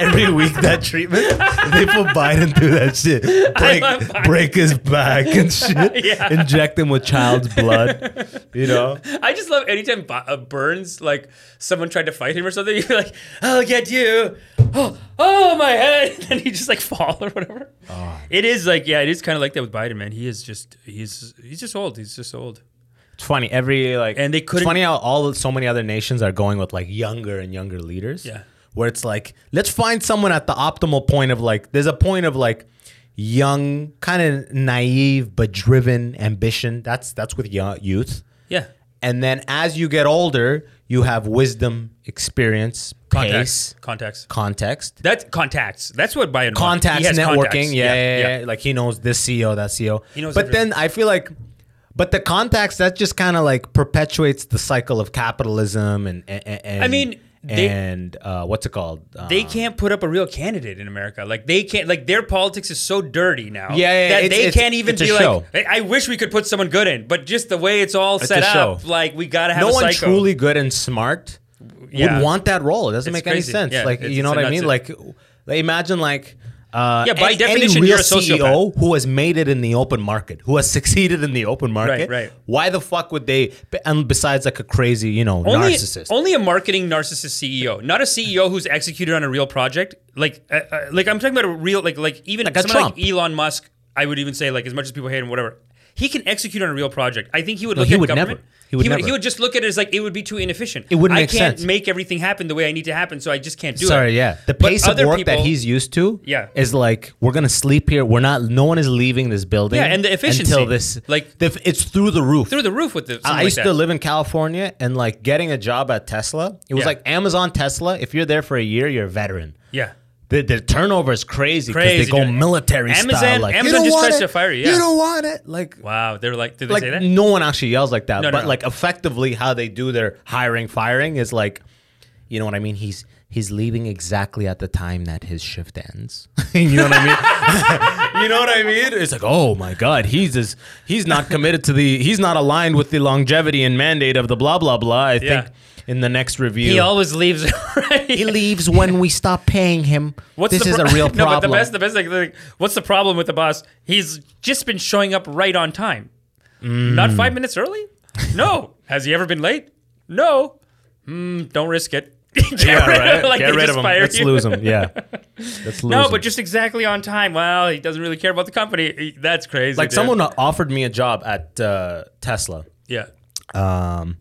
C: Every week that treatment, they put Biden through that shit.
D: love
C: Break,
D: Biden.
C: break his back and shit.
D: Yeah.
C: Inject him with child's blood. You know,
D: I just love anytime Bo- uh, Burns like someone tried to fight him or something. You'd be like, "I'll get you!" Oh, oh my head! And he just like fall or whatever.
C: Ah.
D: It is like yeah, it is kind of like that with Biden, man. He is just he's he's just old. He's just old.
C: it's funny. Every like,
D: And they
C: It's
D: couldn't-
C: funny how all so many other nations are going with like younger and younger leaders.
D: Yeah.
C: where it's like let's find someone at the optimal point of like there's a point of like young kind of naive but driven ambition that's that's with young youth
D: Yeah.
C: And then as you get older, you have wisdom, experience,
D: Contacts.
C: pace,
D: Contacts.
C: context,
D: That's contacts. That's what Biden wants. He
C: contacts,
D: has
C: networking.
D: contacts.
C: Yeah, yeah, yeah, Like he knows this CEO, that CEO.
D: He knows
C: but
D: everything.
C: then I feel like, but the contacts that just kind of like perpetuates the cycle of capitalism and and, and
D: I mean, they-
C: and uh, what's it called? Uh,
D: They can't put up a real candidate in America. Like they can't. Like their politics is so dirty now.
C: Yeah, yeah,
D: That
C: it's-
D: they
C: it's-
D: can't even
C: it's a
D: be like.
C: show.
D: I I wish we could put someone good in, but just the way it's all set
C: a
D: up,
C: show.
D: like we gotta have
C: no
D: a
C: one
D: psycho.
C: truly good and smart
D: Yeah.
C: would want that role. It doesn't
D: It's
C: make
D: crazy.
C: any sense.
D: Yeah,
C: like
D: it's-
C: you know
D: it's
C: what I
D: nuts.
C: mean? Like, like, imagine like. Uh,
D: Yeah, by
C: any- any
D: definition,
C: real
D: you're a
C: CEO who has made it in the open market, who has succeeded in the open market.
D: right.
C: Why the fuck would they? And besides, like a crazy, you know,
D: only,
C: narcissist.
D: Only a marketing narcissist CEO, not a CEO who's executed on a real project. Like, uh, uh, like I'm talking about a real, like, like even
C: a
D: someone
C: Trump.
D: like Elon Musk. I would even say, like, as much as people hate him, whatever. He can execute on a real project. I think he would look
C: he
D: at
C: would
D: government.
C: never. He would
D: he,
C: never.
D: would just look at it as like it would be too inefficient.
C: It wouldn't
D: I
C: make
D: can't
C: sense.
D: make everything happen the way I need to happen, so I just can't do it.
C: Sorry, yeah. The
D: But
C: pace of
D: other
C: work that
D: people-
C: he's used to
D: Yeah.
C: is like we're gonna sleep here. We're not. No one is leaving this building.
D: Yeah, and the efficiency.
C: until this
D: Like-
C: the, it's through the roof.
D: through the roof with the.
C: I
D: something like
C: used
D: that.
C: to live in California and like getting a job at Tesla. It was
D: Yeah.
C: like Amazon Tesla. If you're there for a year, you're a veteran.
D: Yeah.
C: The, the turnover is crazy because they
D: Crazy,
C: go
D: dude.
C: military style.
D: Amazon-
C: Like,
D: Amazon
C: you don't
D: just
C: want
D: tries
C: it.
D: to fire you, yeah.
C: You don't want it. Like,
D: Wow. They were like, did they
C: like
D: say that?
C: no one actually yells like that.
D: No, no,
C: but
D: no.
C: like effectively, how they do their hiring, firing is like, you know what I mean? He's he's leaving exactly at the time that his shift ends. you know what I mean? you know what I mean? It's like, oh my god, he's is he's not committed to the he's not aligned with the longevity and mandate of the blah blah blah. I
D: Yeah.
C: think in the next review.
D: He always leaves. right?
C: He leaves when we stop paying him. this
D: the
C: is
D: pro-
C: a real
D: no,
C: problem.
D: but the best, the best thing, like, what's the problem with the boss? He's just been showing up right on time. Not five minutes early? No. Has he ever been late? No. Hmm. don't risk it. Get
C: yeah,
D: rid
C: right?
D: of, like,
C: Get
D: they
C: rid
D: just
C: of him.
D: fire
C: Let's
D: you.
C: lose him. Yeah. Let's lose
D: No,
C: him.
D: but just exactly on time. Well, he doesn't really care about the company. He- That's crazy.
C: like
D: dude.
C: someone offered me a job at uh, Tesla,
D: Yeah.
C: um,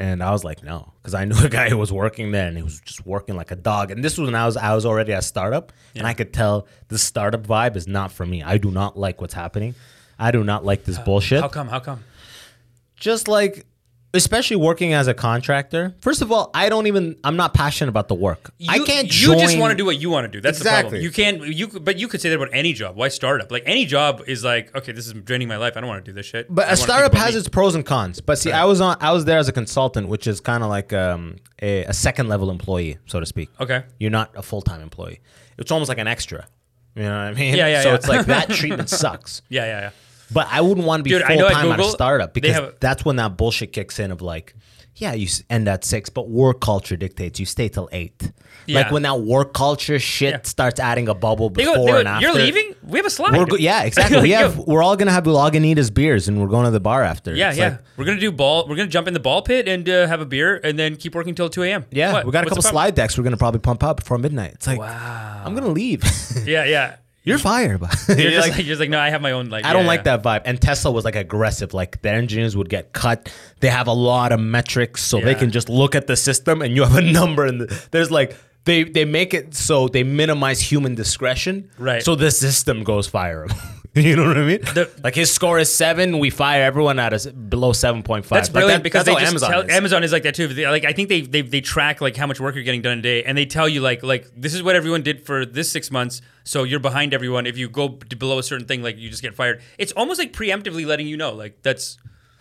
C: and I was like, no, because I knew a guy who was working there, and he was just working like a dog. And this was when I was I was already at startup, and I could tell the startup vibe is not for me. I do not like what's happening. I do not like this bullshit.
D: Uh, How come? How come?
C: just like. Especially working as a contractor. First of all, I don't even. I'm not passionate about the work. I
D: You-
C: can't.
D: You just
C: join-
D: want to do what you want to do. That's
C: Exactly.
D: the problem. You can't. You but you could say that about any job. Why startup? Like any job is like, okay, this is draining my life. I don't want to do this shit. I
C: But a
D: wanna think
C: startup
D: about
C: has
D: me.
C: its pros and cons. But see, I was on, I was there as a consultant, which is kind of like um, a, a second level employee, so to speak.
D: Okay.
C: you're not a full time employee. It's almost like an extra. You know what I mean?
D: Yeah, yeah,
C: So
D: yeah.
C: it's like that treatment sucks.
D: Yeah, yeah, yeah.
C: But I wouldn't want to be
D: Dude, I
C: full
D: know at
C: time at a
D: Google,
C: startup
D: they
C: because
D: have-
C: that's when that bullshit kicks in of like, yeah, you s- end at six, but work culture dictates you stay till eight. Like
D: Yeah.
C: when that work culture shit
D: Yeah.
C: starts adding a bubble
D: They
C: before
D: go, they go,
C: and after.
D: you're leaving? We have a slide.
C: We're go- yeah, exactly.
D: Like,
C: we
D: yo,
C: have, we're all gonna have Lagunitas beers, and we're going to the bar after.
D: yeah,
C: It's
D: yeah.
C: like,
D: we're gonna do ball. We're gonna jump in the ball pit and uh, have a beer, and then keep working till two a.m.
C: yeah.
D: What?
C: We got a
D: What's the
C: couple
D: problem? Ah.
C: slide decks. We're gonna probably pump out before midnight. It's like, wow. I'm gonna leave.
D: Yeah, yeah.
C: You're fired.
D: You're
C: It's
D: just
C: like-
D: like, you're just like, no, I have my own. Like,
C: I don't like that vibe. And Tesla was like aggressive. Like the engineers would get cut. They have a lot of metrics, so they
D: Yeah.
C: can just look at the system and you have a number. And the, there's like they they make it so they minimize human discretion.
D: Right.
C: So the system goes fire him. you know what I mean?
D: The-
C: like his score is seven. We fire everyone at a, s- below seven point five.
D: That's brilliant because
C: that's
D: they
C: how
D: just
C: Amazon
D: tell
C: is.
D: Amazon is like that too. They- Like I think they, they they track like how much work you're getting done a day, and they tell you like like this is what everyone did for this six months, so you're behind everyone. If you go b- below a certain thing, like you just get fired. It's almost like preemptively letting you know like that's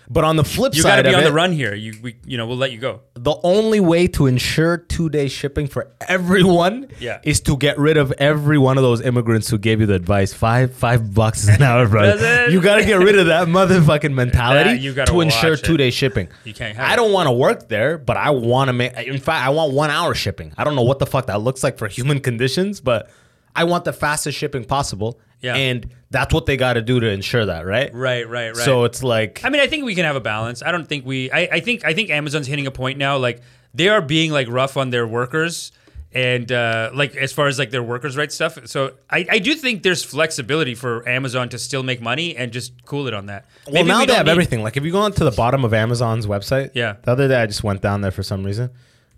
C: but on the flip
D: you got to
C: side
D: be
C: of
D: on
C: it,
D: the run here. You we you know we'll let you go.
C: the only way to ensure two day shipping for everyone
D: Yeah.
C: is to get rid of every one of those immigrants who gave you the advice five five bucks an hour, bro.
D: Doesn't-
C: you gotta get rid of that motherfucking mentality
D: That you gotta
C: to ensure
D: watch it.
C: two day shipping.
D: You can't have
C: I
D: it.
C: don't want to work there, but I want to make. In fact, I want one hour shipping. I don't know what the fuck that looks like for human conditions, but I want the fastest shipping possible.
D: Yeah.
C: and that's what they got to do to ensure that, right?
D: Right, right, right.
C: So it's like
D: I mean, I think we can have a balance. I don't think we. I, I think I think Amazon's hitting a point now. Like they are being like rough on their workers, and uh, like as far as like their workers' rights stuff. So I, I do think there's flexibility for Amazon to still make money and just cool it on that.
C: Well, now they
D: don't
C: have
D: need-
C: everything. Like, if you go onto the bottom of Amazon's website,
D: Yeah.
C: The other day, I just went down there for some reason,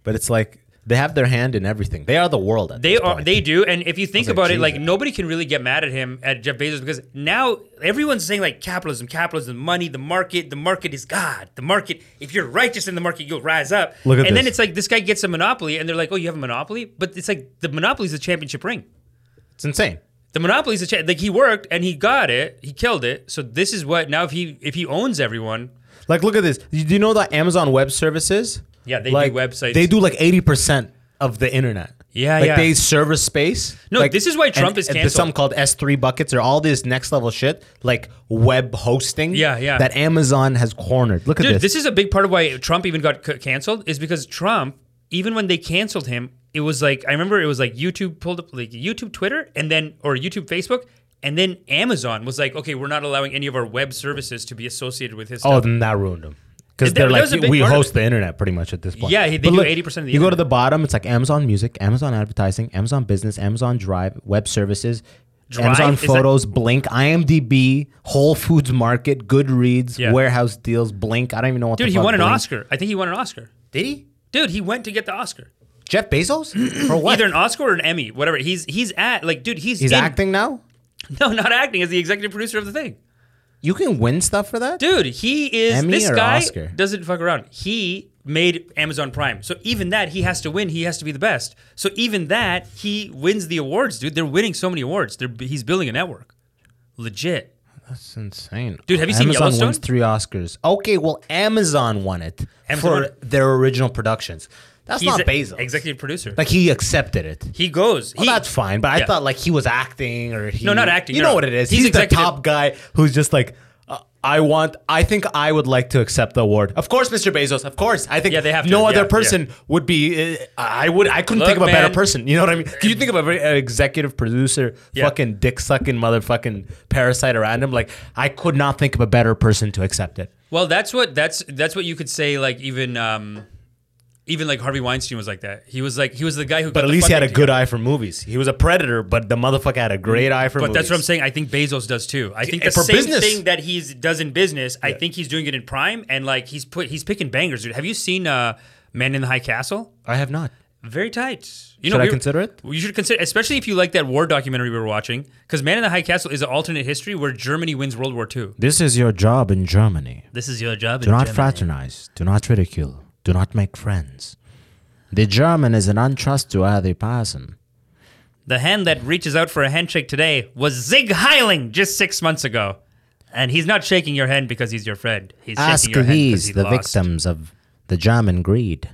C: but it's like they have their hand in everything. They are the world. At
D: They
C: this
D: are.
C: point.
D: They do. And if you think
C: like,
D: about it, like
C: Jesus.
D: nobody can really get mad at him at Jeff Bezos because now everyone's saying like capitalism, capitalism, money, the market, the market is God. The market. If you're righteous in the market, you'll rise up.
C: Look at
D: and then
C: this.
D: it's like this guy gets a monopoly, and they're like, oh, you have a monopoly, but it's like the monopoly is the championship ring.
C: It's insane.
D: The monopoly is the cha- like he worked and he got it, he killed it. So this is what now if he if he owns everyone,
C: Like, look at this. Do you know that Amazon Web Services?
D: Yeah, they do
C: like,
D: websites.
C: They do like eighty percent of the internet.
D: Yeah,
C: like
D: yeah.
C: they service space.
D: No,
C: like-
D: this is why Trump
C: and-
D: is
C: and There's
D: canceled.
C: something called S three buckets or all this next level shit, like web hosting.
D: Yeah, yeah.
C: That Amazon has cornered. Look at
D: Dude,
C: this.
D: this is a big part of why Trump even got c- canceled is because Trump, even when they canceled him, it was like I remember it was like YouTube pulled up like YouTube, Twitter, and then or YouTube, Facebook, and then Amazon was like, okay, we're not allowing any of our web services to be associated with his.
C: Oh,
D: stuff.
C: then that ruined them. Because
D: That-
C: they're
D: that
C: like,
D: was a big
C: we
D: part of
C: host
D: it.
C: the internet pretty much at this point.
D: Yeah, he- they
C: But
D: do
C: look,
D: 80% of the
C: You go to
D: internet.
C: the bottom, it's like Amazon Music, Amazon Advertising, Amazon Business, Amazon Drive, Web Services,
D: Drive
C: Amazon
D: is that-
C: Photos, Blink, IMDb, Whole Foods Market, Goodreads,
D: Yeah.
C: Warehouse Deals, Blink. I don't even know what.
D: Dude,
C: the
D: he
C: fuck
D: won an
C: Blink-
D: Oscar. I think he won an Oscar.
C: Did he?
D: Dude, he went to get the Oscar.
C: Jeff Bezos for what?
D: Either an Oscar or an Emmy, whatever. He's he's at like, dude, he's
C: He's
D: in-
C: acting now.
D: No, not acting. As the executive producer of the thing.
C: You can win stuff for that.
D: Dude, he is
C: Emmy
D: this
C: or
D: guy
C: Oscar?
D: doesn't fuck around. He made Amazon Prime. So even that he has to win, he has to be the best. So even that he wins the awards, dude. They're winning so many awards. They're he's building a network. Legit.
C: That's insane.
D: Dude, have you seen
C: Amazon
D: Yellowstone?
C: wins three Oscars. Okay, well, Amazon won it
D: Amazon
C: for
D: won it.
C: their original productions. That's
D: He's
C: not
D: a-
C: Bezos.
D: executive producer.
C: Like he accepted it.
D: he goes.
C: Well,
D: he,
C: that's fine, but I
D: yeah.
C: thought like he was acting or he.
D: No, not acting,
C: You
D: no,
C: know
D: no.
C: what it is. He's,
D: He's
C: the
D: executive-
C: top guy who's just like, uh, I want. I think I would like to accept the award. Of course, Mr. Bezos. Of course, I think.
D: Yeah, they have to,
C: No
D: yeah,
C: other
D: yeah.
C: person would be. Uh, I would. I couldn't
D: Look,
C: think of a better
D: man.
C: person. You know what I mean? Can you think of a very, uh, executive producer,
D: Yeah.
C: fucking dick sucking motherfucking parasite around him? Like I could not think of a better person to accept it.
D: Well, that's what that's that's what you could say. Like even um, even like Harvey Weinstein was like that. He was like he was the guy who.
C: But at least he had a good eye for movies. He was a predator, but the motherfucker had a great eye for
D: But
C: movies.
D: that's what I'm saying. I think Bezos does too. I think
C: Yeah,
D: the
C: for
D: same
C: business.
D: thing that he does in business. I think he's doing it in Prime and like he's put he's picking bangers. Dude, have you seen uh, Man in the High Castle?
C: I have not.
D: Very tight. You
C: Should I
D: we were-
C: consider it?
D: You should consider, especially if you like that war documentary we were watching, because Man in the High Castle is an alternate history where Germany wins World War II.
C: This is your job in Germany.
D: This is your job.
C: Do not fraternize. Do not ridicule. Do not make friends. The German is an untrustworthy person.
D: The hand that reaches out for a handshake today was Zig Heiling just six months ago. And he's not shaking your hand because he's your friend. He's
C: Ask
D: shaking your hand 'cause
C: these,
D: he
C: the
D: lost.
C: victims of the German greed,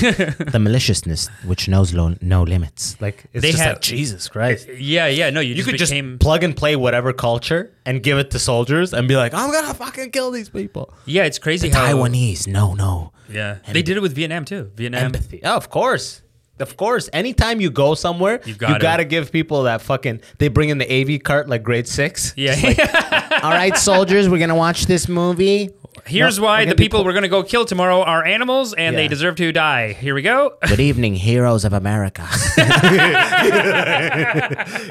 C: the maliciousness which knows lo- no limits. Like it's
D: They
C: just
D: have-
C: like Jesus Christ.
D: Yeah, yeah. No, you,
C: You
D: just
C: could
D: became-
C: just plug and play whatever culture and give it to soldiers and be like, I'm gonna fucking kill these people.
D: yeah, it's crazy how
C: Taiwanese, no, no.
D: Yeah, they did it with Vietnam too. Vietnam.
C: empathy. Oh, of course. Of course. Anytime you go somewhere, you
D: You've gotta-
C: gotta give people that fucking. They bring in the AV cart like grade six.
D: Yeah.
C: All right, soldiers, we're gonna watch this movie.
D: Here's
C: No, we're
D: why
C: gonna
D: the
C: be
D: people
C: po-
D: we're gonna go kill tomorrow are animals and
C: Yeah.
D: they deserve to die. Here we go.
C: Good evening, heroes of America.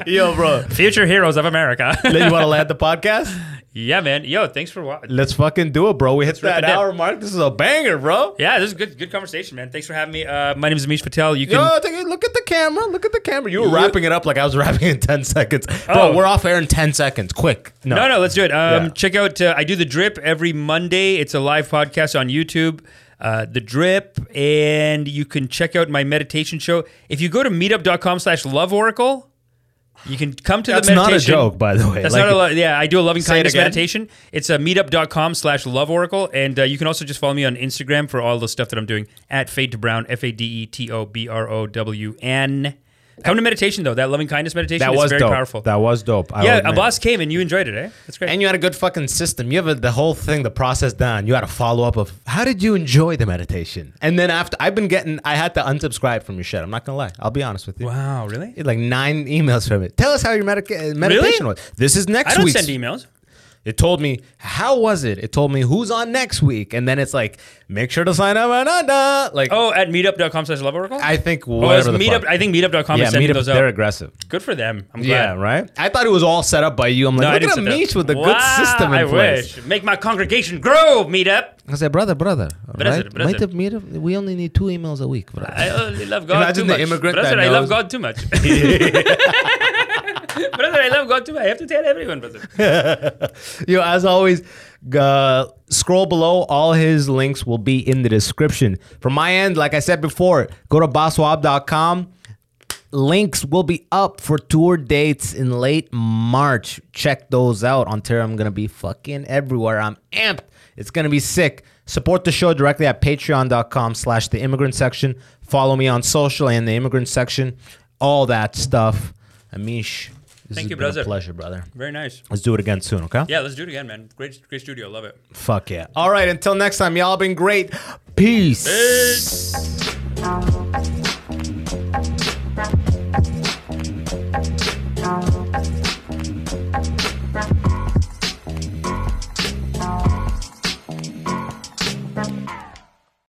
C: Yo, bro,
D: Future heroes of America.
C: you want to land the podcast?
D: yeah, man. Yo, thanks for watching.
C: Let's fucking do it, bro. We hit
D: rip
C: that
D: it in.
C: hour mark. This is a banger, bro.
D: Yeah, this is good. Good conversation, man. Thanks for having me. Uh, my name is Amish Patel. You can.
C: Yo, take a look at the camera. Look at the camera. You were wrapping it up like I was wrapping in ten seconds, bro.
D: Oh.
C: We're off air in ten seconds. Quick.
D: No, no, let's do it. Um,
C: Yeah.
D: Check out, uh, I do The Drip every Monday. It's a live podcast on YouTube, uh, The Drip. And you can check out my meditation show. If you go to meetup.com slash love oracle, you can come to
C: That's
D: the
C: not a
D: meditation.
C: joke, by the way.
D: That's
C: Like-
D: not a lo- yeah. I do a loving
C: Say it
D: kindness
C: again?
D: meditation. It's a meetup.com slash love oracle, and uh, you can also just follow me on Instagram for all the stuff that I'm doing at fade to brown f a d e t o b r o w n. Come to meditation though. That loving kindness meditation
C: That
D: is
C: was
D: very
C: dope.
D: powerful.
C: That was dope. I
D: yeah,
C: admit.
D: a boss came and you enjoyed it, eh? That's great.
C: And you had a good fucking system. You have a, the whole thing, the process down. You had a follow up of how did you enjoy the meditation? And then after, I've been getting, I had to unsubscribe from your shit. I'm not gonna lie. I'll be honest with you.
D: wow, really?
C: It- Like nine emails from it. Tell us how your medica- uh, meditation was. This is
D: I
C: next
D: don't
C: week.
D: send emails.
C: It told me how was it. It told me who's on next week, and then it's like make sure to sign up. and, uh, Like
D: Oh, at meetup.com slash love oracle?
C: I think
D: oh, it's
C: whatever the
D: meetup.
C: fuck.
D: I think meetup.com
C: yeah,
D: is sending
C: meetup.
D: those
C: They're
D: out.
C: aggressive.
D: Good for them. I'm glad.
C: Yeah, right. I thought it was all set up by you. I'm like,
D: No, I
C: look
D: didn't
C: at
D: send that.
C: Amish with a good
D: Wow,
C: system in
D: I
C: place.
D: wish. Make my congregation grow, meetup.
C: I said, brother, brother,
D: Brother,
C: right?
D: brother.
C: Might have made a- we only need two emails a week, brother.
D: I only love God
C: Imagine
D: too
C: the
D: much.
C: immigrant
D: brother,
C: that
D: I love
C: knows-
D: God too much. brother, I love God too much. I have to tell everyone, brother.
C: Yo, as always, g- uh, scroll below. All his links will be in the description. From my end, like I said before, go to bosswab.com. Links will be up for tour dates in late March. Check those out. On tour, I'm gonna be fucking everywhere. I'm amped. It's gonna be sick. Support the show directly at patreon.com slash the immigrant section. Follow me on social and the immigrant section. All that stuff. Amish, this
D: Thank
C: has
D: you,
C: been a
D: brother.
C: pleasure, brother.
D: Very nice.
C: Let's do it again soon, okay?
D: Yeah, let's do it again, man. Great, great studio. Love it.
C: Fuck yeah. All right, until next time, y'all been great. Peace.
D: Peace.